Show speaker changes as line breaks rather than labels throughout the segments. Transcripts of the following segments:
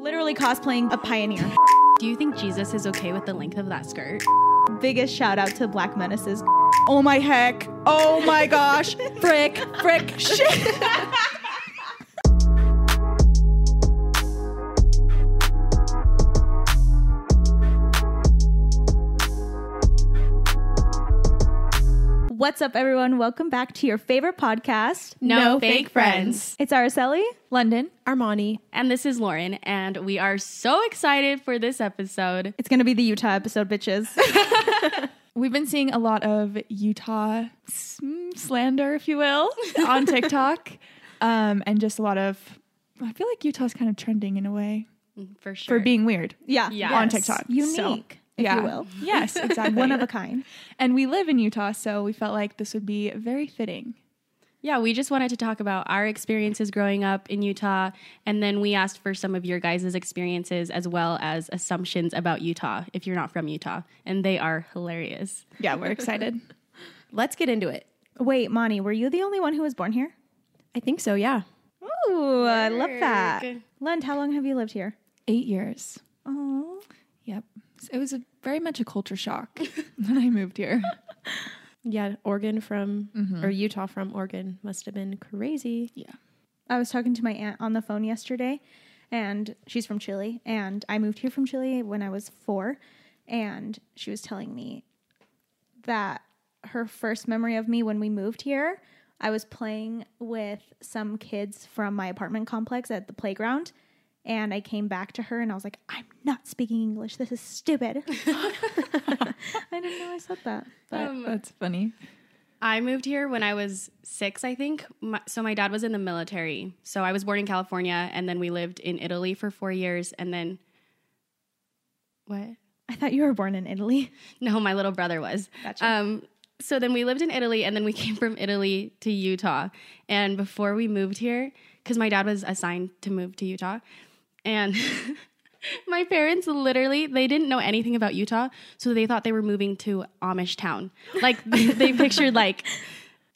literally cosplaying a pioneer.
Do you think Jesus is okay with the length of that skirt?
Biggest shout out to Black Menaces.
Oh my heck. Oh my gosh. Frick, frick, shit.
What's up, everyone? Welcome back to your favorite podcast.
No fake friends.
It's Araceli.
London, Armani.
And this is Lauren, and we are so excited for this episode.
It's gonna be the Utah episode, bitches.
We've been seeing a lot of Utah s- mm, slander, if you will, on TikTok. um, and just a lot of, I feel like Utah's kind of trending in a way
For sure.
for being weird
Yeah,
Yeah.
on
Yes.
TikTok.
unique,
So,
if
yeah.
you will.
Yes, exactly.
One of a kind.
and we live in Utah, so we felt like this would be very fitting.
Yeah, we just wanted to talk about our experiences growing up in Utah, and then we asked for some of your guys' experiences as well as assumptions about Utah if you're not from Utah, and they are hilarious.
Yeah, we're excited.
Let's get into it.
Wait, Moni, were you the only one who was born here?
I think so, yeah.
Ooh, I love that.
Work.
Lund, how long have you lived here?
Eight years.
Oh,
Yep. So it was a, very much a culture shock when I moved here.
Yeah, Oregon from or Utah from Oregon must have been crazy.
Yeah.
I was talking to my aunt on the phone yesterday, and she's from Chile, and I moved here from Chile when I was four, and she was telling me that her first memory of me when we moved here, I was playing with some kids from my apartment complex at the playground. And I came back to her and I was like, I'm not speaking English. This is stupid. I didn't know I said that. But
That's funny.
I moved here when I was six, I think. My, so my dad was in the military. So I was born in California, and then we lived in Italy for four years, and then what?
I thought you were born in Italy.
No, my little brother was.
Gotcha.
Um, so then we lived in Italy, and then we came from Italy to Utah. And before we moved here, because my dad was assigned to move to Utah, and my parents literally they didn't know anything about Utah, so they thought they were moving to Amish town. Like they pictured like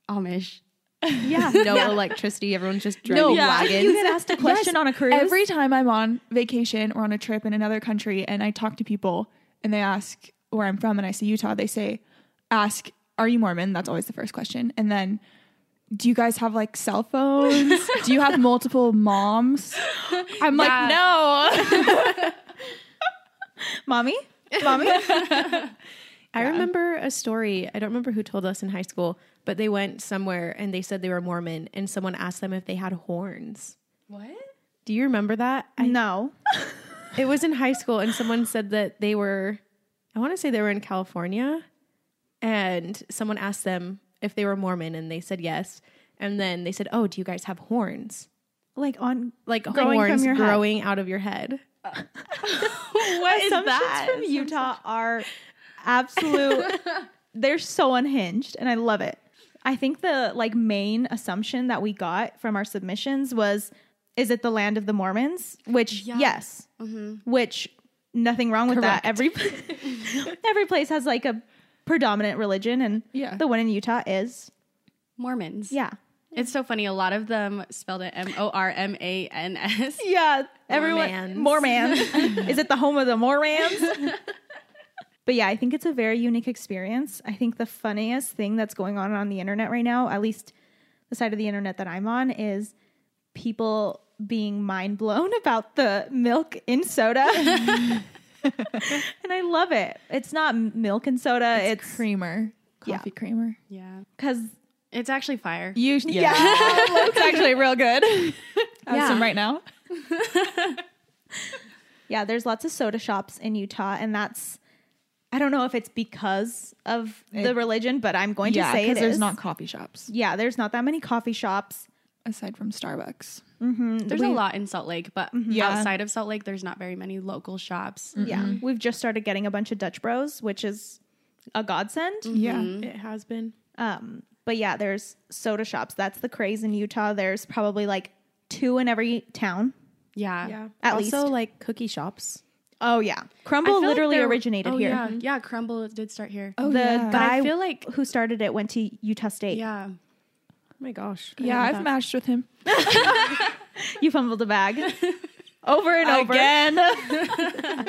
Amish.
Yeah.
No electricity, everyone's just driving
No,
You
wagons.
get asked a question on a cruise.
Every time I'm on vacation or on a trip in another country and I talk to people and they ask where I'm from and I say Utah, they say, ask, are you Mormon? That's always the first question. And then, do you guys have like cell phones? do you have multiple moms? I'm like, no.
mommy, mommy.
I remember a story, I don't remember who told us in high school, but they went somewhere and they said they were Mormon and someone asked them if they had horns.
What?
Do you remember that?
no.
It was in high school and someone said that they were I want to say they were in California and someone asked them if they were Mormon and they said yes. And then they said, "Oh, do you guys have horns?"
Like on
Like
Growing from
horns
your head.
growing out of your head.
what assumptions from Utah are absolute. they're so unhinged, and I love it. I think the like main assumption that we got from our submissions was, is it the land of the Mormons? Which yes, which nothing wrong with that. Every every place has like a predominant religion, and
Yeah.
the one in Utah is
Mormons.
yeah,
It's so funny. A lot of them spelled it M O R M A N S.
yeah. Everyone
Mormons.
Mormons. is it the home of the Mormons? But yeah, I think it's a very unique experience. I think the funniest thing that's going on on the internet right now, at least the side of the internet that I'm on, is people being mind blown about the milk in soda. and I love it. It's not m- milk and soda, it's
creamer,
Yeah.
coffee creamer.
Yeah.
because
It's actually fire.
You, yeah. it's actually real good. Have
Yeah.
some right now.
Yeah, there's lots of soda shops in Utah, and that's I don't know if it's because of the
It-
religion, but I'm going to say it is.
there's not coffee shops
yeah, there's not that many coffee shops.
aside from Starbucks.
Mm-hmm.
There's a lot in Salt Lake, but
Yeah.
outside of Salt Lake, there's not very many local shops.
Yeah, we've just started getting a bunch of Dutch Bros, which is a godsend.
Mm-hmm.
Yeah.
It has been.
Um, but yeah, there's soda shops. That's the craze in Utah. There's probably like two in every town.
Yeah.
Yeah.
At
also,
least.
like cookie shops.
Oh yeah,
I feel
Crumble
like
literally
there-
originated
oh,
here.
Yeah. yeah, Crumble did start here.
Oh,
the
yeah.
guy
I feel like
who started it went to Utah State.
yeah.
Oh my gosh. I
Yeah,
love
I've
that.
matched with him
You fumbled the bag over and over.
again.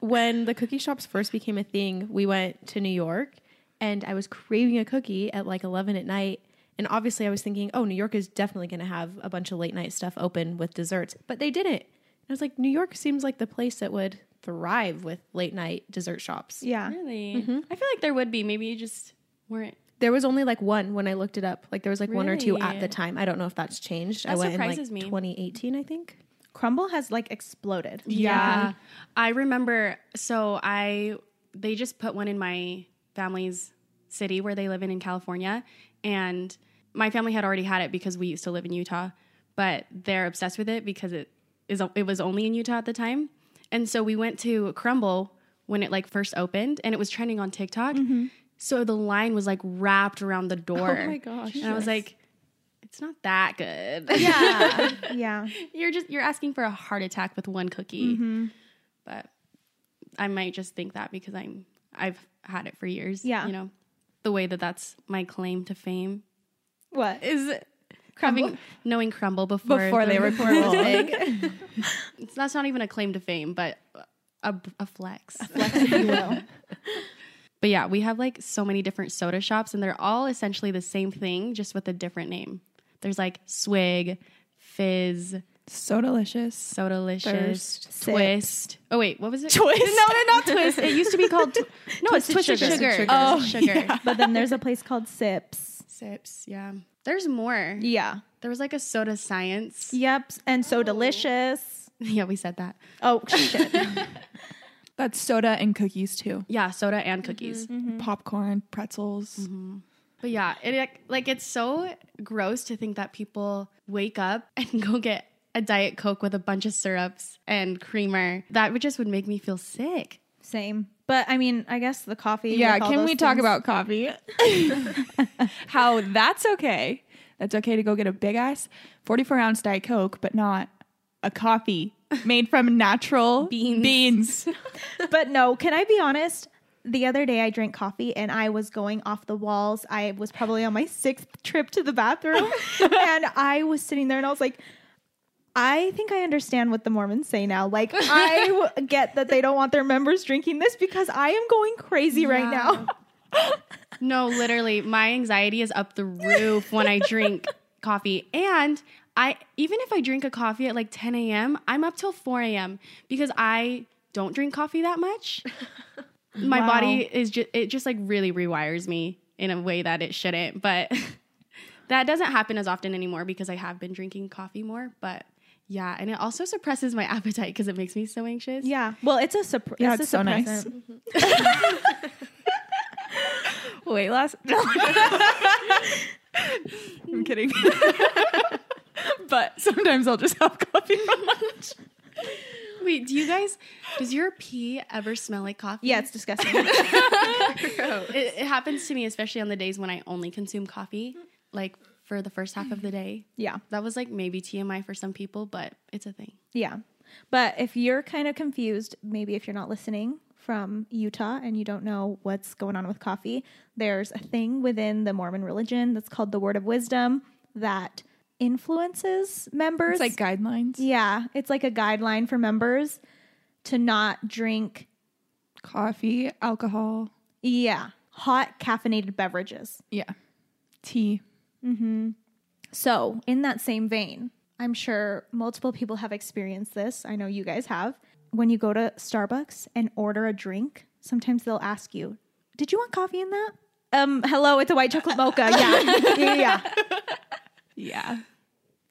when the cookie shops first became a thing, we went to New York and I was craving a cookie at like 11 at night. And obviously, I was thinking, oh, New York is definitely going to have a bunch of late night stuff open with desserts, but they didn't. And I was like, New York seems like the place that would thrive with late night dessert shops.
Yeah.
Really? I feel like there would be. Maybe you just weren't.
There was only like one when I looked it up. Like there was like one or two at
Really?
the time. I don't know if that's changed. I
That
went in like
surprises me.
2018, I think.
Crumble has like exploded.
Yeah. I remember so I they just put one in my family's city where they live in in California and my family had already had it because we used to live in Utah, but they're obsessed with it because it is it was only in Utah at the time. And so we went to Crumble when it like first opened and it was trending on TikTok. So the line was like wrapped around the door.
Mm-hmm. Oh my gosh.
And I was like it's not that good.
Yeah. yeah.
you're just you're asking for a heart attack with one cookie but i might just think that because i'm i've had it for years
Yeah.
you know the way that that's my claim to fame
What?
is having knowing crumble before
before they were
before it was big It's- that's not even a claim to fame but a, a flex but yeah we have like so many different soda shops and they're all essentially the same thing just with a different name there's like swig fizz
so delicious.
So delicious.
Thirst.
Twist. Oh wait, what was it?
Twist.
No, no, not twist. It used to be called. no, it's twisted
Twisted
sugar.
Sugar.
Twisted
Oh,
sugar.
But then there's a place called Sips.
Sips. Yeah. There's more.
Yeah.
There was like a soda science.
Yep. And
Oh.
so delicious.
Yeah, we said that.
Oh shit.
That's soda and cookies too.
Yeah, soda and cookies.
Popcorn, pretzels.
But yeah, it like- like it's so gross to think that people wake up and go get a diet coke with a bunch of syrups and creamer. That would just would make me feel sick.
Same. But I mean, I guess the coffee.
Yeah,
with all
can
those
we talk
things-
about coffee? How that's okay. That's okay to go get a big ass 44 ounce Diet Coke, but not a coffee made from natural
Beans.
beans.
But no, can I be honest? The other day I drank coffee and I was going off the walls. I was probably on my sixth trip to the bathroom and I was sitting there and I was like, I think I understand what the Mormons say now. Like, I w- get that they don't want their members drinking this because I am going crazy right now.
No, literally, my anxiety is up the roof when I drink coffee. And I even if I drink a coffee at like 10 a.m., I'm up till 4 a.m. because I don't drink coffee that much. My
Wow.
body is just it just like really rewires me in a way that it shouldn't, but that doesn't happen as often anymore because I have been drinking coffee more, but yeah, and it also suppresses my appetite because it makes me so anxious.
Yeah. Well, it's a surprise.
Yeah, it's so nice. Weight loss? No. I'm kidding. but sometimes I'll just have coffee for lunch.
Wait, do you guys does your pee ever smell like coffee?
Yeah, it's disgusting.
It, it happens to me, especially on the days when I only consume coffee, like for the first half of the day.
yeah.
That was like maybe TMI for some people, but it's a thing.
Yeah. But if you're kind of confused, maybe if you're not listening from Utah and you don't know what's going on with coffee, there's a thing within the Mormon religion that's called the Word of Wisdom that influences members.
It's like guidelines.
yeah, it's like a guideline for members to not drink
Coffee, alcohol.
yeah, hot caffeinated beverages.
Yeah. Tea.
So, in that same vein, I'm sure multiple people have experienced this. I know you guys have. When you go to Starbucks and order a drink, sometimes they'll ask you, "Did you want coffee in that?" Um, hello, it's a white chocolate mocha. Yeah, yeah, yeah.
Yeah.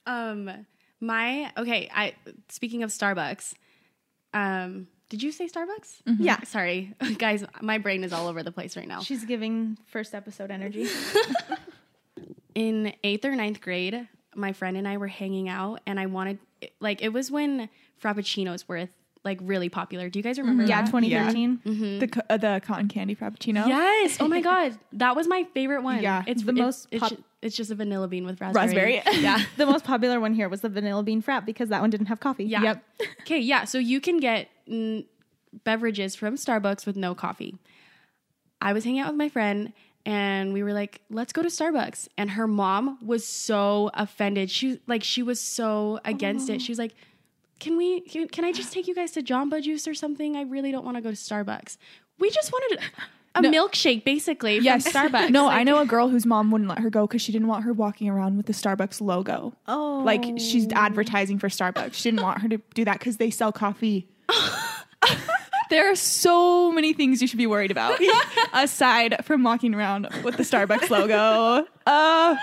Um, my okay, I speaking of Starbucks, um, did you say Starbucks?
Yeah.
Sorry, guys, my brain is all over the place right now.
She's giving first episode energy.
in eighth or ninth grade, my friend and I were hanging out, and I wanted like it was when frappuccinos were like really popular. Do you guys remember?
Yeah, Mm-hmm.
that?
2013.
The, co- uh, the cotton candy frappuccino.
Yes. Oh my god, that was my favorite one.
Yeah.
it's
The
it-
most
It's,
pop-
ju- it's just a vanilla bean with raspberry.
Raspberry.
Yeah.
The most popular one here was the vanilla bean frap because that one didn't have coffee.
Yeah. Okay. Yeah. So you can get mm, beverages from Starbucks with no coffee. I was hanging out with my friend and we were like, let's go to Starbucks. And her mom was so offended. She like she was so against it. She was like, can we can, can I just take you guys to Jamba Juice or something? I really don't want to go to Starbucks. We just wanted a, a milkshake, basically. from
Yes,
Starbucks.
No,
Like,
I know a girl whose mom wouldn't let her go because she didn't want her walking around with the Starbucks logo.
Oh,
Like she's advertising for Starbucks. She didn't want her to do that because they sell coffee. there are so many things you should be worried about aside from walking around with the Starbucks logo. Uh,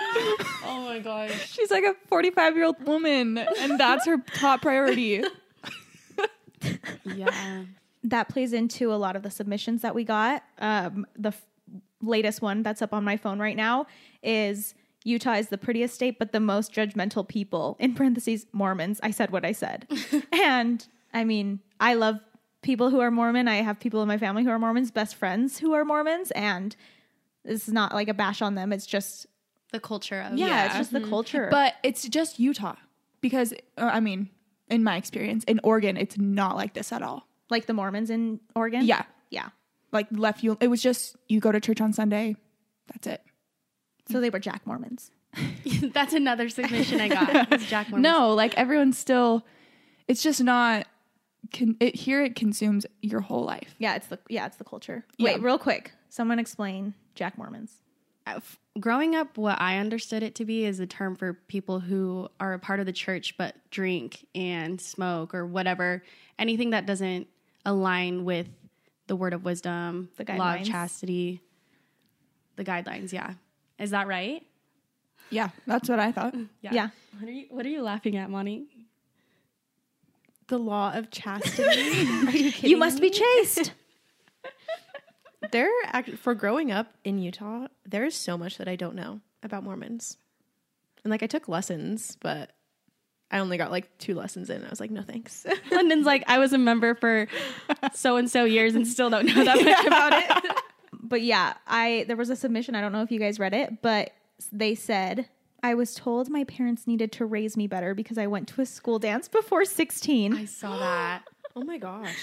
Oh my gosh.
she's like a 45 year old woman, and that's her top priority.
Yeah.
that plays into a lot of the submissions that we got. Um, the f- latest one that's up on my phone right now is Utah is the prettiest state, but the most judgmental people, in parentheses, Mormons. I said what I said. and I mean, I love people who are Mormon. I have people in my family who are Mormons, best friends who are Mormons. And this is not like a bash on them. It's just,
The culture of
yeah, it's just the culture.
But it's just Utah because, uh, I mean, in my experience, in Oregon, it's not like this at all.
like the Mormons in Oregon.
Yeah.
Yeah.
like left you it was just you go to church on sunday that's it
So they were Jack Mormons.
That's another submission I got. is Jack Mormon.
no like everyone's still it's just not can it here it consumes your whole life
Yeah, it's the yeah, it's the culture.
Yeah.
Wait, real quick, someone explain Jack Mormons.
Uh, f- growing up, what I understood it to be is a term for people who are a part of the church but drink and smoke or whatever, anything that doesn't align with the word of wisdom,
The
law of
guidelines.
chastity, the guidelines. Yeah, is that right?
yeah that's what i thought
Yeah.
What are you What are you laughing at, Monty?
The law of chastity.
You must be chaste.
there, act- for growing up in Utah, there is so much that I don't know about Mormons, and like I took lessons, but I only got like two lessons in. And I was like, no thanks.
London's like I was a member for so and so years and still don't know that much about it.
but yeah, I there was a submission. I don't know if you guys read it, but they said I was told my parents needed to raise me better because I went to a school dance before
I
16.
saw that.
oh my gosh.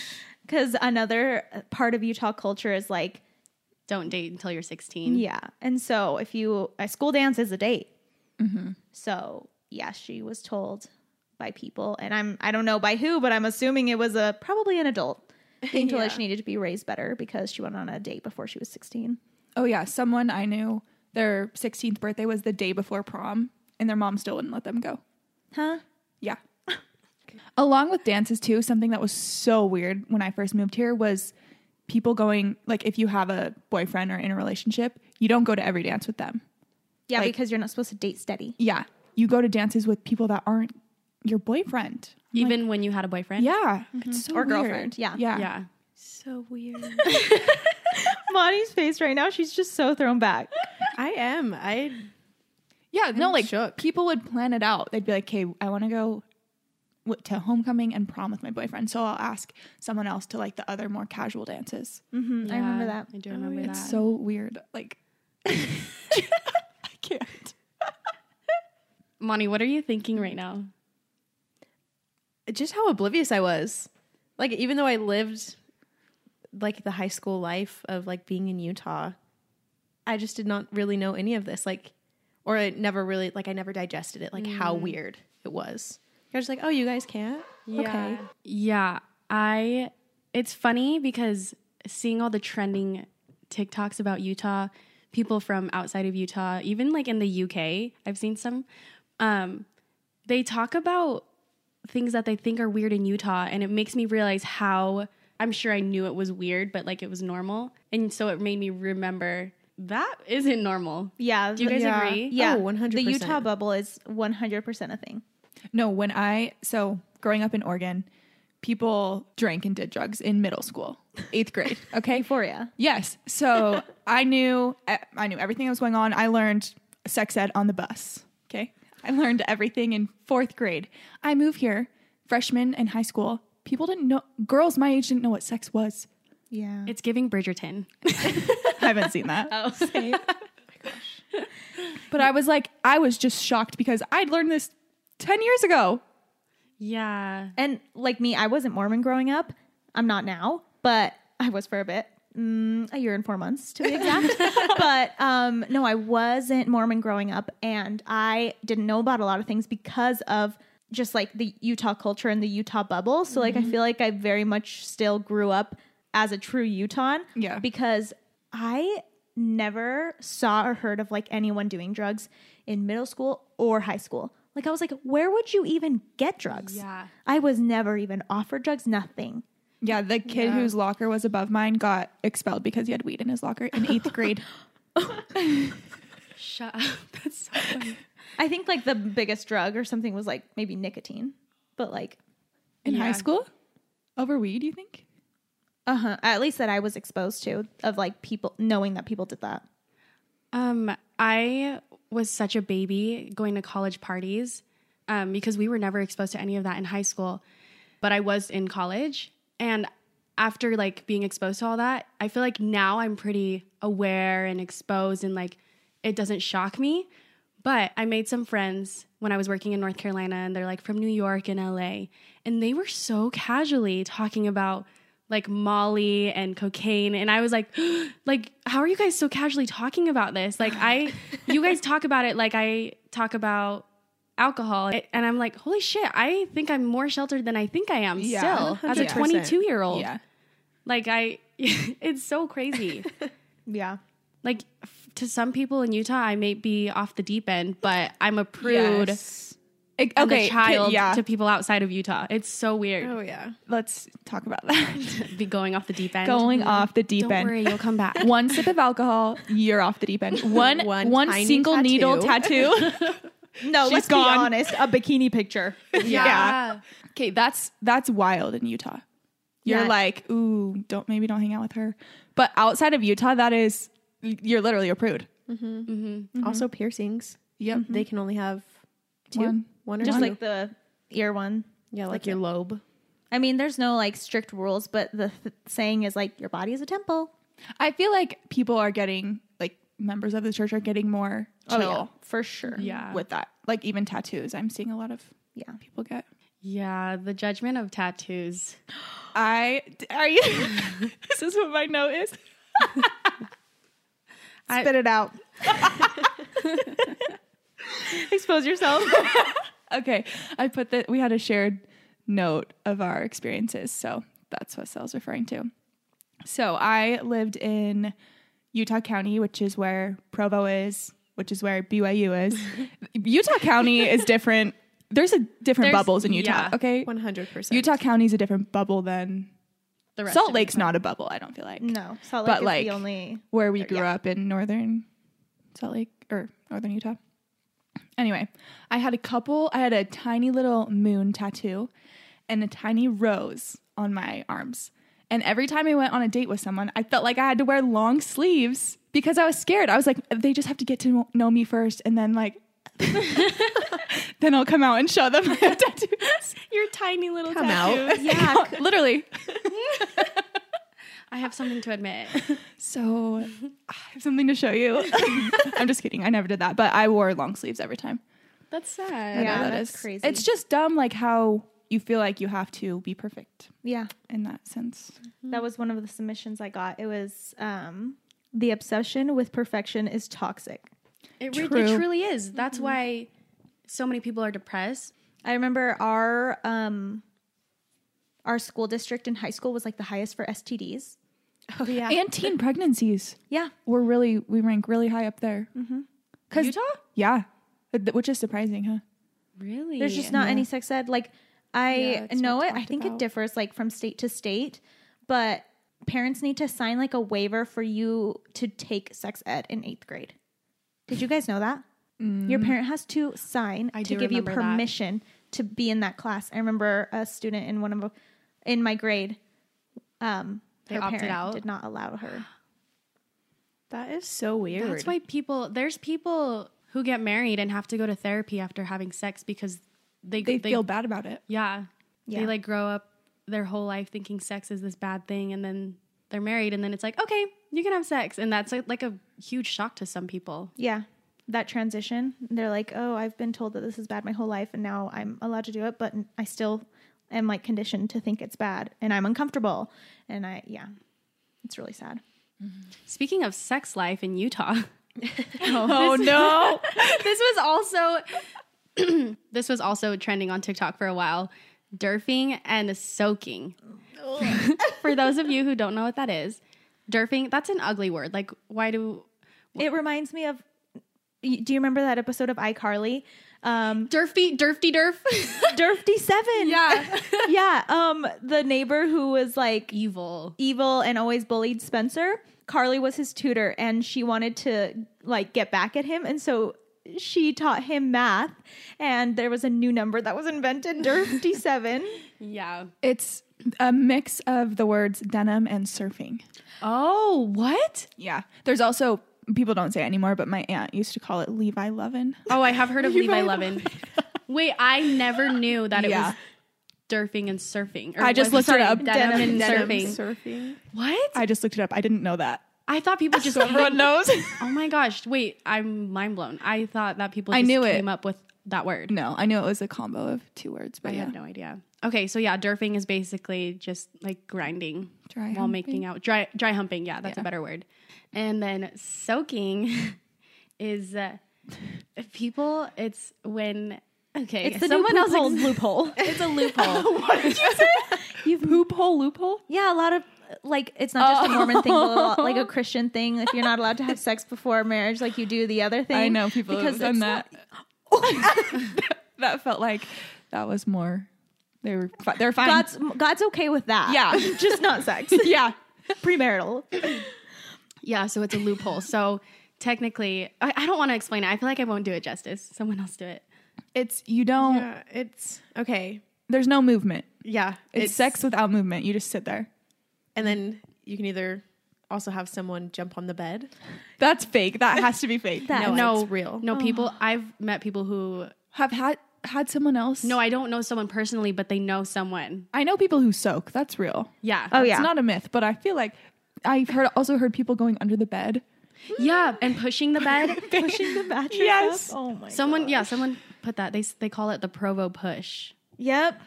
Because another uh, part of Utah culture is like,
Don't date until you're 16.
yeah. And so if you, a school dance is a date. So yeah, she was told by people, and I'm, I don't know by who, but I'm assuming it was a probably an adult. Being told that she needed to be raised better because she went on a date before she was 16.
oh yeah someone i knew their 16th birthday was the day before prom and their mom still wouldn't let them go
Huh?
Yeah. Along with dances too, something that was so weird when I first moved here was people going like if you have a boyfriend or in a relationship, you don't go to every dance with them.
Yeah,
Like-
because you're not supposed to date steady.
Yeah. You go to dances with people that aren't your boyfriend.
Even when you had a boyfriend.
Yeah. It's so
Or
weird.
girlfriend, yeah.
Mm-hmm. Yeah.
Yeah.
So weird.
Monty's face right now, she's just so thrown back.
I am. I
Yeah, no, like
shook.
people would plan it out. They'd be like, "Okay, I want to go w- to homecoming and prom with my boyfriend, so I'll ask someone else to like the other more casual dances."
Mm, I remember
Yeah,
that.
I do remember that.
It's so weird. Like, I can't.
Monty, what are you thinking right now?
just how oblivious I was. Like even though I lived like the high school life of like being in Utah, I just did not really know any of this. Like or I never really like I never digested it, like how weird it was. I was just like, Oh, you guys can't?
Yeah. Yeah. I it's funny because seeing all the trending TikToks about Utah, people from outside of Utah, even like in the UK, I've seen some. Um, they talk about things that they think are weird in Utah, and it makes me realize how I'm sure I knew it was weird, but like it was normal. And so it made me remember that isn't normal.
Yeah.
Do you guys
yeah.
agree?
Yeah.
Oh, 100%.
The Utah bubble is 100% a thing.
No, when I so growing up in Oregon, people drank and did drugs in middle school, eighth grade. Okay,
Euphoria.
Yes. So I knew e, I knew everything that was going on. I learned sex ed on the bus. Okay. I learned everything in fourth grade. I move here, freshman in high school. People didn't know girls my age didn't know what sex was.
Yeah.
It's giving Bridgerton.
I haven't seen that. oh, But I was like, I was just shocked because I'd learned this ten years ago.
Yeah.
And like me, I wasn't Mormon growing up. I'm not now, but I was for a bit. Mm, a year and four months to be exact. but um, no, I wasn't Mormon growing up and I didn't know about a lot of things because of just like the Utah culture and the Utah bubble. So like I feel like I very much still grew up as a true Utahn.
Yeah.
Because I never saw or heard of like anyone doing drugs in middle school or high school. Like I was like, where would you even get drugs?
Yeah.
I was never even offered drugs, nothing.
Yeah, the kid whose locker was above mine got expelled because he had weed in his locker in eighth grade.
Shut up. That's so funny.
I think like the biggest drug or something was like maybe nicotine. But like
In
Yeah.
high school? Over weed, you think?
uh-huh. At least that I was exposed to of like people knowing that people did that.
Um, I was such a baby going to college parties um, because we were never exposed to any of that in high school, but I was in college. And after like being exposed to all that, I feel like now I'm pretty aware and exposed and like it doesn't shock me. But I made some friends when I was working in North Carolina and they're like from New York and LA. And they were so casually talking about like Molly and cocaine. And I was like, like, how are you guys so casually talking about this? Like I you guys talk about it like I talk about alcohol. It- And I'm like, holy shit, I think I'm more sheltered than I think I am
Yeah,
still as a
100%.
22 year old. Like I it's so crazy.
Yeah.
like f- to some people in Utah I may be off the deep end, but I'm a prude.
Ig-
I'm
Okay,
a child
yeah.
to people outside of Utah. It's so weird
Oh yeah.
Let's talk about that.
to be going off the deep end.
Going off the deep
Mm-hmm. Don't
end.
worry, you'll come back.
One sip of alcohol, you're off the deep end. One
One
one
tiny
single needle tattoo.
No,
She's
let's
gone.
be honest. A bikini picture.
yeah.
okay, that's that's wild in Utah. You're
Yeah.
like, ooh, don't maybe don't hang out with her. But outside of Utah, that is you're literally a prude.
Mm-hmm.
Also piercings.
Yep.
They can only have two.
One.
One, or
Just
two.
like the ear one.
yeah, like your lobe.
I mean, there's no like strict rules, but the th- saying is like your body is a temple.
I feel like people are getting like members of the church are getting more
Oh,
chill
for sure.
Yeah.
with that. Like even tattoos, I'm seeing a lot of
Yeah.
people get.
Yeah, the judgment of tattoos.
I are you? this is what my note is.
I-
Spit it out. Expose yourself.
Okay, I put that we had a shared note of our experiences, so that's what Sal's referring to. So I lived in Utah County, which is where Provo is, which is where BYU is. Utah County is different. There's a different
There's-
bubbles in Utah.
yeah.
okay,
One hundred percent.
Utah County is a different bubble than
The rest
Salt
of it.
Lake's not a bubble. I don't feel like
no, Salt Lake
But,
is
like-
the only.
where we
Or,
grew
yeah.
up in northern Salt Lake or northern Utah. Anyway, I had a couple, I had a tiny little moon tattoo and a tiny rose on my arms. And every time I went on a date with someone, I felt like I had to wear long sleeves because I was scared. I was like, they just have to get to know me first and then like then I'll come out and show them my tattoos.
Your tiny little
Come
tattoos.
out.
Yeah,
Literally.
I have something to admit.
So I have something to show you. I'm just kidding. I never did that, but I wore long sleeves every time.
That's
I
sad.
know
Yeah.
that
that's
is-
crazy.
It's just dumb, like how you feel like you have to be perfect
yeah.
in that sense.
That was one of the submissions I got. It was um, the obsession with perfection is toxic.
It, re- it
True.
truly is. That's why so many people are depressed.
I remember our um, our school district in high school was like the highest for STDs.
Oh yeah.
And teen pregnancies
Yeah,
were really we rank really high up there. Cause
Utah?
yeah, But th- which is surprising, huh?
Really?
There's just not any sex ed. Like I
Yeah, it's
know
not
it. I
talked
think it
about.
differs like from state to state, but parents need to sign like a waiver for you to take sex ed in eighth grade. Did you guys know that? Your parent has to sign
Mm. I
to
do
give you
remember that.
permission to be in that class. I remember a student in one of in my grade. Um,
They
her
opted
parent
out?
did not allow her.
that is so weird.
That's why people there's people who get married and have to go to therapy after having sex because they
They, feel bad about it.
Yeah.
Yeah.
They like grow up their whole life thinking sex is this bad thing and then they're married and then it's like, okay, you can have sex. And that's like, like a huge shock to some people.
Yeah. That transition, they're like, oh, I've been told that this is bad my whole life, and now I'm allowed to do it, but I still am like conditioned to think it's bad, and I'm uncomfortable, and I, yeah, it's really sad.
Speaking of sex life in Utah,
Oh no!
this was also this was also trending on TikTok for a while derfing and soaking. for those of you who don't know what that is, derfing, that's an ugly word. Like, why do.
It reminds me of. y- Do you remember that episode of iCarly? Um,
Derfy, derfty derf.
Derfty Seven.
Yeah.
yeah. Um, the neighbor who was like
Evil.
evil and always bullied Spencer. Carly was his tutor and she wanted to like get back at him and so she taught him math and there was a new number that was invented, Dirty Seven.
Yeah.
It's a mix of the words denim and surfing.
Oh, what?
Yeah. There's also people don't say it anymore, but my aunt used to call it Levi Levin.
Oh, I have heard of Levi Levin. Wait, I never knew that it
Yeah.
was derfing and surfing. Or
I just
was-
looked
sorry,
it up.
Denim, and surfing.
surfing.
what?
I just looked it up. I didn't know that.
I thought people just.
So everyone knows.
oh my gosh! Wait, I'm mind blown. I thought that people.
I
Just
knew it.
came up with that word.
no, I knew it was a combo of two words, but
I
yeah.
had no idea. Okay, so yeah, derfing is basically just like grinding
Dry
while making out. Dry dry humping, yeah, that's a better word. And then soaking is uh, people. It's when okay,
It's the Someone new loophole loophole.
it's a loophole.
You've
Poop hole loophole?
Yeah, a lot of like it's not just a Mormon thing, but a lot- like a Christian thing. If you're not allowed to have sex before marriage, like you do the other thing.
I know people
because
have done
it's
that. that felt like that was more. They were fi- they're fine.
God's God's okay with that.
Yeah.
just not sex.
yeah.
Premarital.
Yeah, so it's a loophole. so technically, I, I don't want to explain it. I feel like I won't do it justice. Someone else do it.
It's you don't.
Yeah, it's okay.
There's no movement.
Yeah,
It's, sex without movement. You just sit there.
and then you can either also have someone jump on the bed.
That's fake. That has to be fake.
That-
No,
no,
it's real.
No, people. I've met people who.
Have had had someone else.
No, I don't know someone personally, but they know someone.
I know people who soak. That's real.
Yeah.
Oh yeah.
It's not a myth, but I feel like I've heard also heard people going under the bed.
Yeah, and pushing the bed.
pushing the mattress.
Yes.
Up. Oh my.
someone. Yeah, someone put that. They s- they call it the Provo push.
Yep.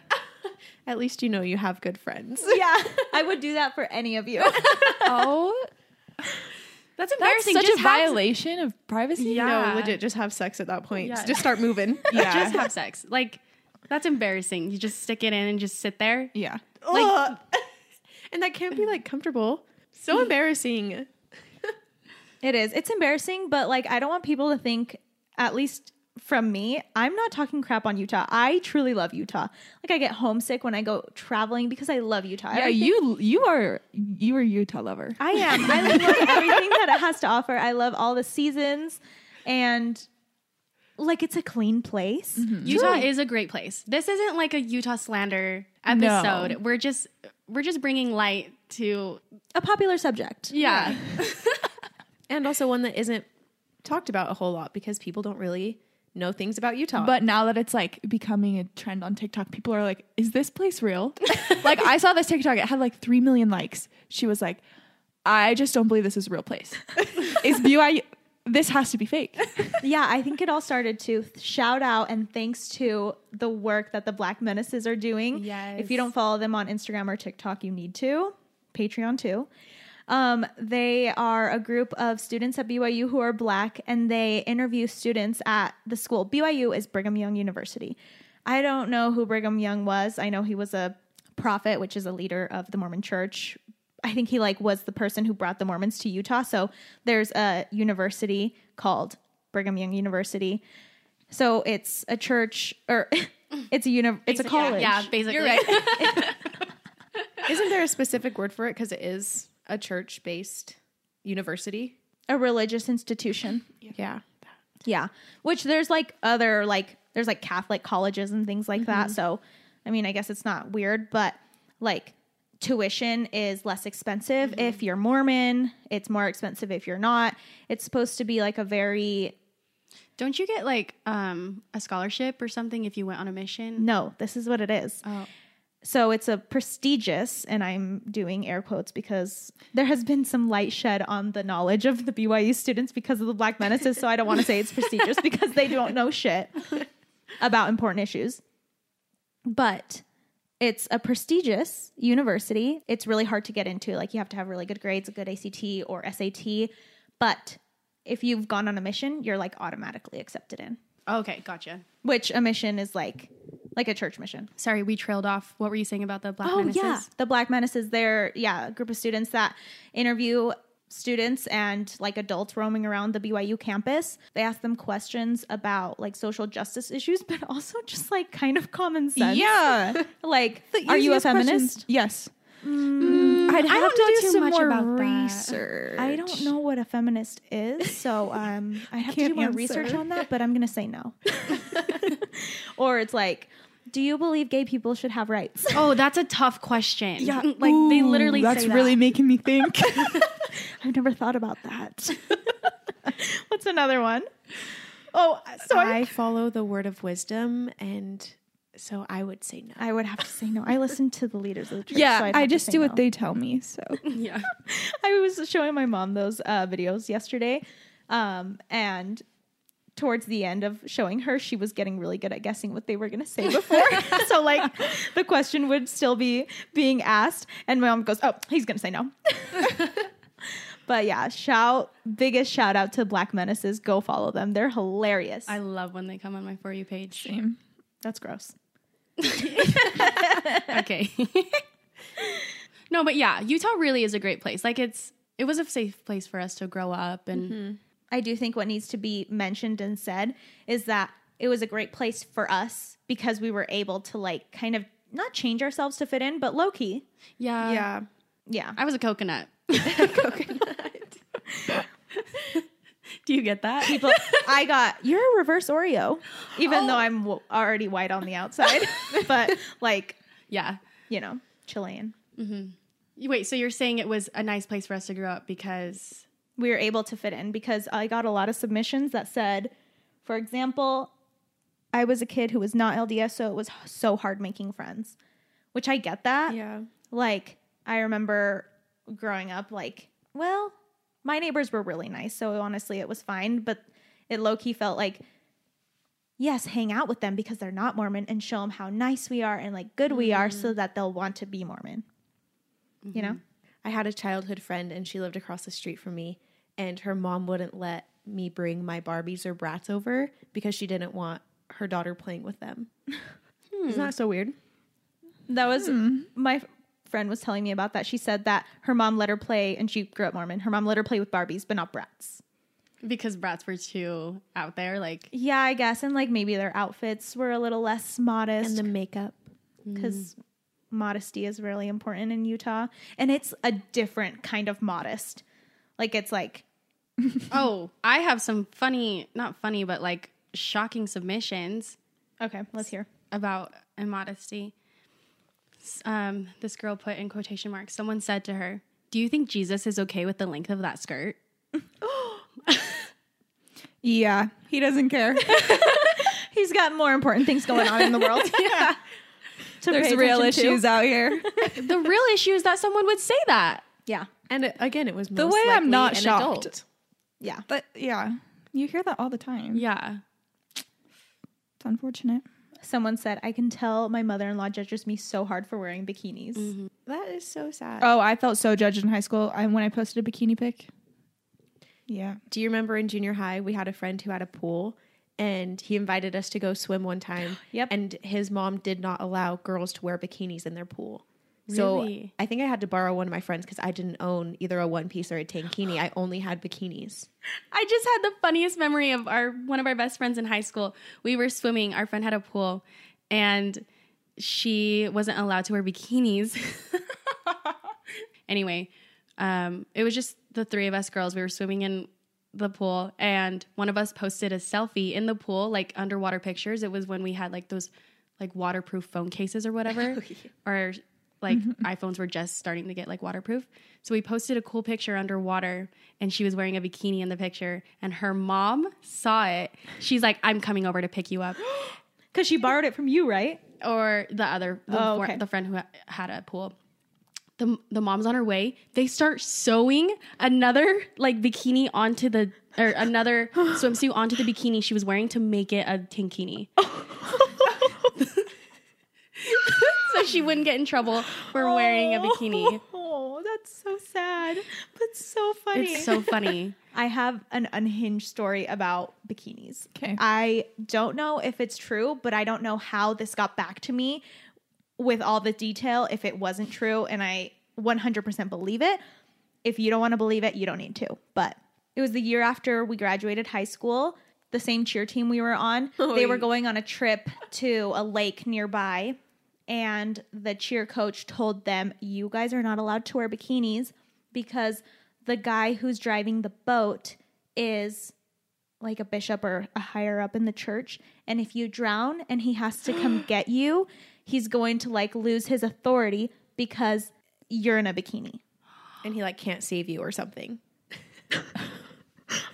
At least you know you have good friends.
Yeah, I would do that for any of you.
Oh,
That's
that's
embarrassing.
such
just
a
have-
violation of privacy.
Yeah.
No, legit, just have sex at that point.
Yeah.
Just start moving.
Yeah.
Just have sex. Like that's embarrassing. You just stick it in and just sit there.
yeah.
Like, and that can't be like comfortable. So embarrassing.
It is. It's embarrassing, but like I don't want people to think at least from me, I'm not talking crap on Utah. I truly love Utah. Like I get homesick when I go traveling because I love Utah.
Yeah,
Everything-
you you are you are a Utah lover.
I am. I love everything that it has to offer. I love all the seasons and like it's a clean place.
Utah is a great place. This isn't like a Utah slander episode. We're just we're just bringing light to
A popular subject.
yeah.
And also one that isn't talked about a whole lot because people don't really know things about Utah.
But now that it's like becoming a trend on TikTok, people are like, "Is this place real?" like I saw this TikTok; it had like three million likes. She was like, "I just don't believe this is a real place. is BYU? This has to be fake."
yeah, I think it all started to th- shout out and thanks to the work that the Black Menaces are doing.
Yes.
If you don't follow them on Instagram or TikTok, you need to. Patreon too. Um, they are a group of students at BYU who are black and they interview students at the school. BYU is Brigham Young University. I don't know who Brigham Young was. I know he was a prophet, which is a leader of the Mormon church. I think he like was the person who brought the Mormons to Utah. So there's a university called Brigham Young University. So it's a church or it's a uni- it's a college.
Yeah, basically.
isn't there a specific word for it? Because it is a church based university.
A religious institution.
Yeah.
Yeah. Which there's like other like there's like Catholic colleges and things like that. So I mean, I guess it's not weird, but like tuition is less expensive if you're Mormon. It's more expensive if you're not. It's supposed to be like a very
Don't you get like um a scholarship or something if you went on a mission?
no, this is what it is.
Oh.
So it's a prestigious, and I'm doing air quotes because there has been some light shed on the knowledge of the BYU students because of the Black Menaces. so I don't want to say it's prestigious because they don't know shit about important issues. But it's a prestigious university. It's really hard to get into. Like you have to have really good grades, a good ACT or SAT. But if you've gone on a mission, you're like automatically accepted in.
Okay, gotcha.
which a mission is like like a church mission.
Sorry, we trailed off. What were you saying about the black
Oh
menaces?
yeah, the Black Menaces. They're yeah, a group of students that interview students and like adults roaming around the BYU campus. They ask them questions about like social justice issues, but also just like kind of common sense.
Yeah.
like are you a
Easiest questions-
feminist?
Yes. Mm,
I'd
I don't
have to
know
do
too
some
much
more
about that.
research.
I don't know what a feminist is, so um, I have to
Can't
do more
answer.
research on that. But I'm gonna say no. or it's like, do you believe gay people should have rights?
Oh, that's a tough question. Yeah, Mm, like they
Ooh,
literally.
That's
say that.
really making me think.
I've never thought about that. What's another one? Oh, so I,
I follow the word of wisdom, and so I would say no.
I would have to say no. I listen to the leaders of the church. so
yeah,
I'd have
I
to
just
say
do
no.
what they tell me. So
Yeah.
I was showing my mom those uh, videos yesterday, um, and towards the end of showing her, she was getting really good at guessing what they were going to say before. so like, the question would still be being asked, and my mom goes, "Oh, he's going to say no." but yeah, shout biggest shout out to Black Menaces. Go follow them; they're hilarious.
I love when they come on my for you page.
same.
That's gross.
okay. no, but yeah, Utah really is a great place. Like it's it was a safe place for us to grow up and
I do think what needs to be mentioned and said is that it was a great place for us because we were able to like kind of not change ourselves to fit in, but low key.
Um, yeah.
yeah,
Yeah.
I was a coconut. Do you get that?
People, I got you're a reverse Oreo, even though I'm w- already white on the outside, but like
yeah.
you know, Chilean.
You- Wait, so you're saying it was a nice place for us to grow up because
we were able to fit in because I got a lot of submissions that said, for example, I was a kid who was not LDS, so it was h- so hard making friends, which I get that.
yeah.
Like, I remember growing up, like, well, my neighbors were really nice, so honestly, it was fine, but it low key felt like, yes, hang out with them because they're not Mormon and show them how nice we are and like good we are so that they'll want to be Mormon. You know?
I had a childhood friend, and she lived across the street from me, and her mom wouldn't let me bring my Barbies or Bratz over because she didn't want her daughter playing with them. Isn't that so weird?
That was my f- friend was telling me about that. She said that her mom let her play, and she grew up Mormon. Her mom let her play with Barbies, but not brats.
because brats were too out there like
Yeah, I guess, and like maybe their outfits were a little less
And
modest
the makeup.
because modesty is really important in Utah, and it's a different kind of modest. Like it's like
oh, I have some funny, not funny, but like shocking submissions.
okay, let's hear.
about immodesty. S- Um, this girl put in quotation marks. Someone said to her, "Do you think Jesus is okay with the length of that skirt?"
Yeah, he doesn't care.
He's got more important things going on in the world. yeah.
There's real issues out here.
the real issue is that someone would say that.
Yeah.
And it- again, it was
The
most
way I'm
likely
not
an
shocked.
adult.
Yeah.
But yeah, you hear that all the time.
Yeah,
It's unfortunate.
Someone said, I can tell my mother in law judges me so hard for wearing bikinis.
That is so sad.
Oh, I felt so judged in high school. I, when I posted a bikini pic. Yeah.
Do you remember in junior high we had a friend who had a pool and he invited us to go swim one time.
Yep.
And his mom did not allow girls to wear bikinis in their pool.
Really?
So I think I had to borrow one of my friends because I didn't own either a one piece or a tankini. I only had bikinis.
I just had the funniest memory of our one of our best friends in high school. We were swimming. Our friend had a pool, and she wasn't allowed to wear bikinis. anyway, um, it was just the three of us girls. We were swimming in the pool, and one of us posted a selfie in the pool, like underwater pictures. It was when we had like those like waterproof phone cases or whatever, or like iPhones were just starting to get like waterproof. So we posted a cool picture underwater, and she was wearing a bikini in the picture, and her mom saw it. She's like, "I'm coming over to pick you up."
Because she borrowed it from you, right?
or the other the,
Oh,
for-
okay.
the friend who ha- had a pool the, the mom's on her way they start sewing another like bikini onto the or another swimsuit onto the bikini she was wearing to make it a tankini so she wouldn't get in trouble for wearing a bikini
Oh, that's so sad, but so funny.
It's so funny.
I have an unhinged story about bikinis.
'Kay.
I don't know if it's true, but I don't know how this got back to me with all the detail if it wasn't true. And I 100% believe it. If you don't want to believe it, you don't need to. But it was the year after we graduated high school. The same cheer team we were on, they were going on a trip to a lake nearby. And the cheer coach told them, You guys are not allowed to wear bikinis because the guy who's driving the boat is like a bishop or a higher up in the church and if you drown and he has to come get you he's going to like lose his authority because you're in a bikini
and he like can't save you or something.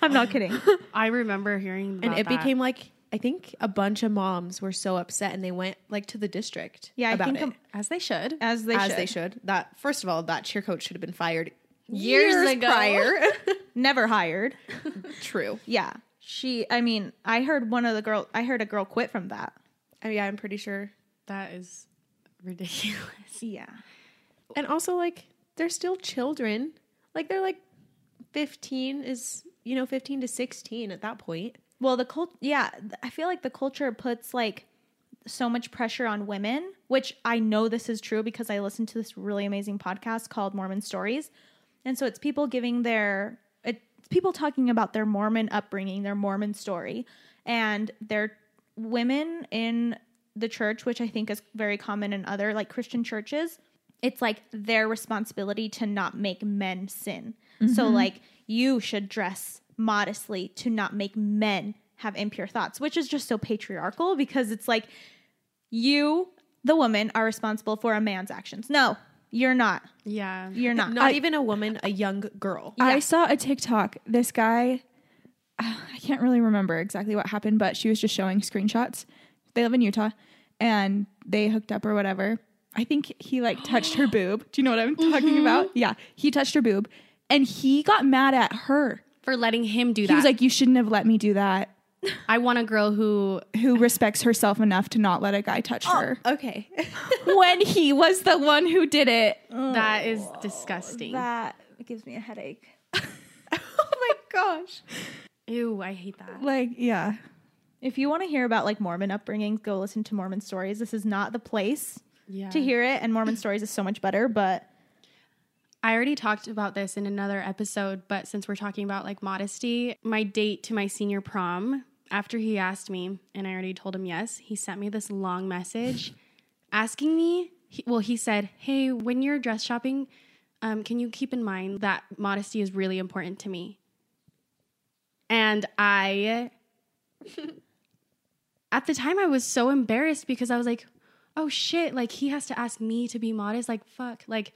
i'm not kidding
I remember hearing
And
about
it
that.
became like I think a bunch of moms were so upset and they went like to the district.
yeah i
about
think
it.
um,
as they should.
as they
as
should
they should. That first of all, that cheer coach should have been fired years, prior.
never hired
True.
yeah she i mean i heard one of the girl i heard a girl quit from that
Oh yeah, I'm pretty sure.
That is ridiculous.
yeah
And also like they're still children. Like they're like 15 is you know 15 to 16 at that point.
well the cult yeah th- i feel like the culture puts like so much pressure on women which i know this is true because i listened to this really amazing podcast called mormon stories and so it's people giving their it's people talking about their mormon upbringing their mormon story and their women in the church which i think is very common in other like christian churches it's like their responsibility to not make men sin so like you should dress modestly to not make men have impure thoughts which is just so patriarchal because it's like you the woman are responsible for a man's actions no you're not
Yeah.
you're not
Not even a woman, a young girl.
I saw a TikTok. This guy, I can't really remember exactly what happened, but she was just showing screenshots. They live in Utah, and they hooked up or whatever. I think he like touched her boob. Do you know what I'm talking
Mm-hmm.
about? Yeah, he touched her boob, and he got mad at her.
For letting him do that.
He was like, "You shouldn't have let me do that."
I want a girl who
Who respects herself enough to not let a guy touch
Oh.
her
Okay.
when he was the one who did it?
that is disgusting.
that gives me a headache
oh my gosh.
Ew, I hate that.
Like, yeah,
if you want to hear about like mormon upbringing go listen to mormon stories this is not the place
Yeah.
to hear it and mormon stories is so much better but
I already talked about this in another episode, but since we're talking about like modesty, my date to my senior prom, after he asked me, and I already told him yes, he sent me this long message asking me, he, well, he said, Hey, when you're dress shopping, um, can you keep in mind that modesty is really important to me? And I, at the time, I was so embarrassed because I was like, oh shit, like he has to ask me to be modest. Like, fuck. Like,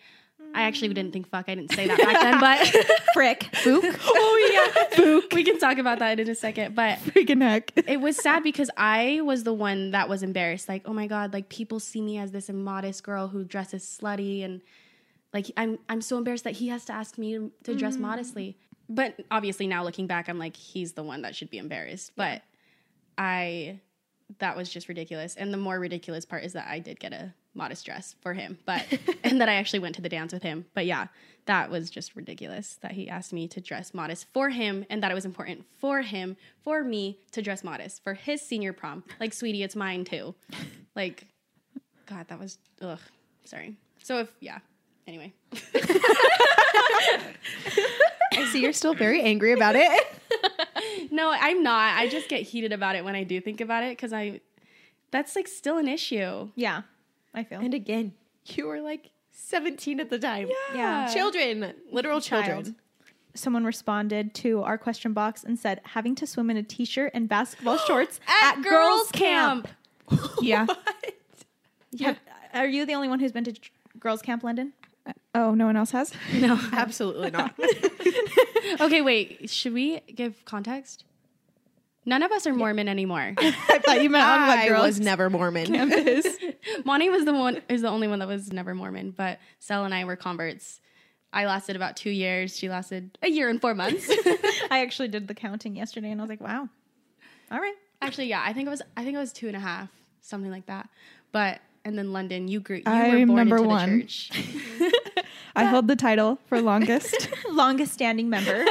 I actually didn't think fuck. I didn't say that back then, but
frick
we can talk about that in a second. But
freaking heck.
it was sad because I was the one that was embarrassed. Like, oh my god, like people see me as this immodest girl who dresses slutty, and like I'm I'm so embarrassed that he has to ask me to dress modestly. But obviously, now looking back, I'm like he's the one that should be embarrassed. But I that was just ridiculous. And the more ridiculous part is that I did get a modest dress for him, but and that I actually went to the dance with him. But yeah, that was just ridiculous that he asked me to dress modest for him and that it was important for him, for me to dress modest for his senior prom. Like, sweetie, it's mine too. Like, God, that was ugh. Sorry. So if yeah. Anyway,
I see you're still very angry about it.
no, I'm not. I just get heated about it when I do think about it because I, that's like still an issue.
yeah i feel
and again, you were like 17 at the time.
Yeah.
Children, literal children.
Child. someone responded to our question box and said having to swim in a t-shirt and basketball shorts at, girls camp,
Yeah.
Have- are you the only one who's been to ch- girls camp london
Oh, no one else has.
No.
Absolutely not.
Okay, wait. Should we give context? None of us are Mormon anymore.
I thought you meant on what
I
girls
was never Mormon.
Monty was the one is the only one that was never Mormon, but Sel and I were converts. I lasted about two years. She lasted a year and four months.
i actually did the counting yesterday and i was like wow all right
Actually, yeah, I think it was I think it was two and a half, something like that. But and then London, you grew. You
I
were born
remember
into
one.
the church.
I held the title for longest.
Longest standing member.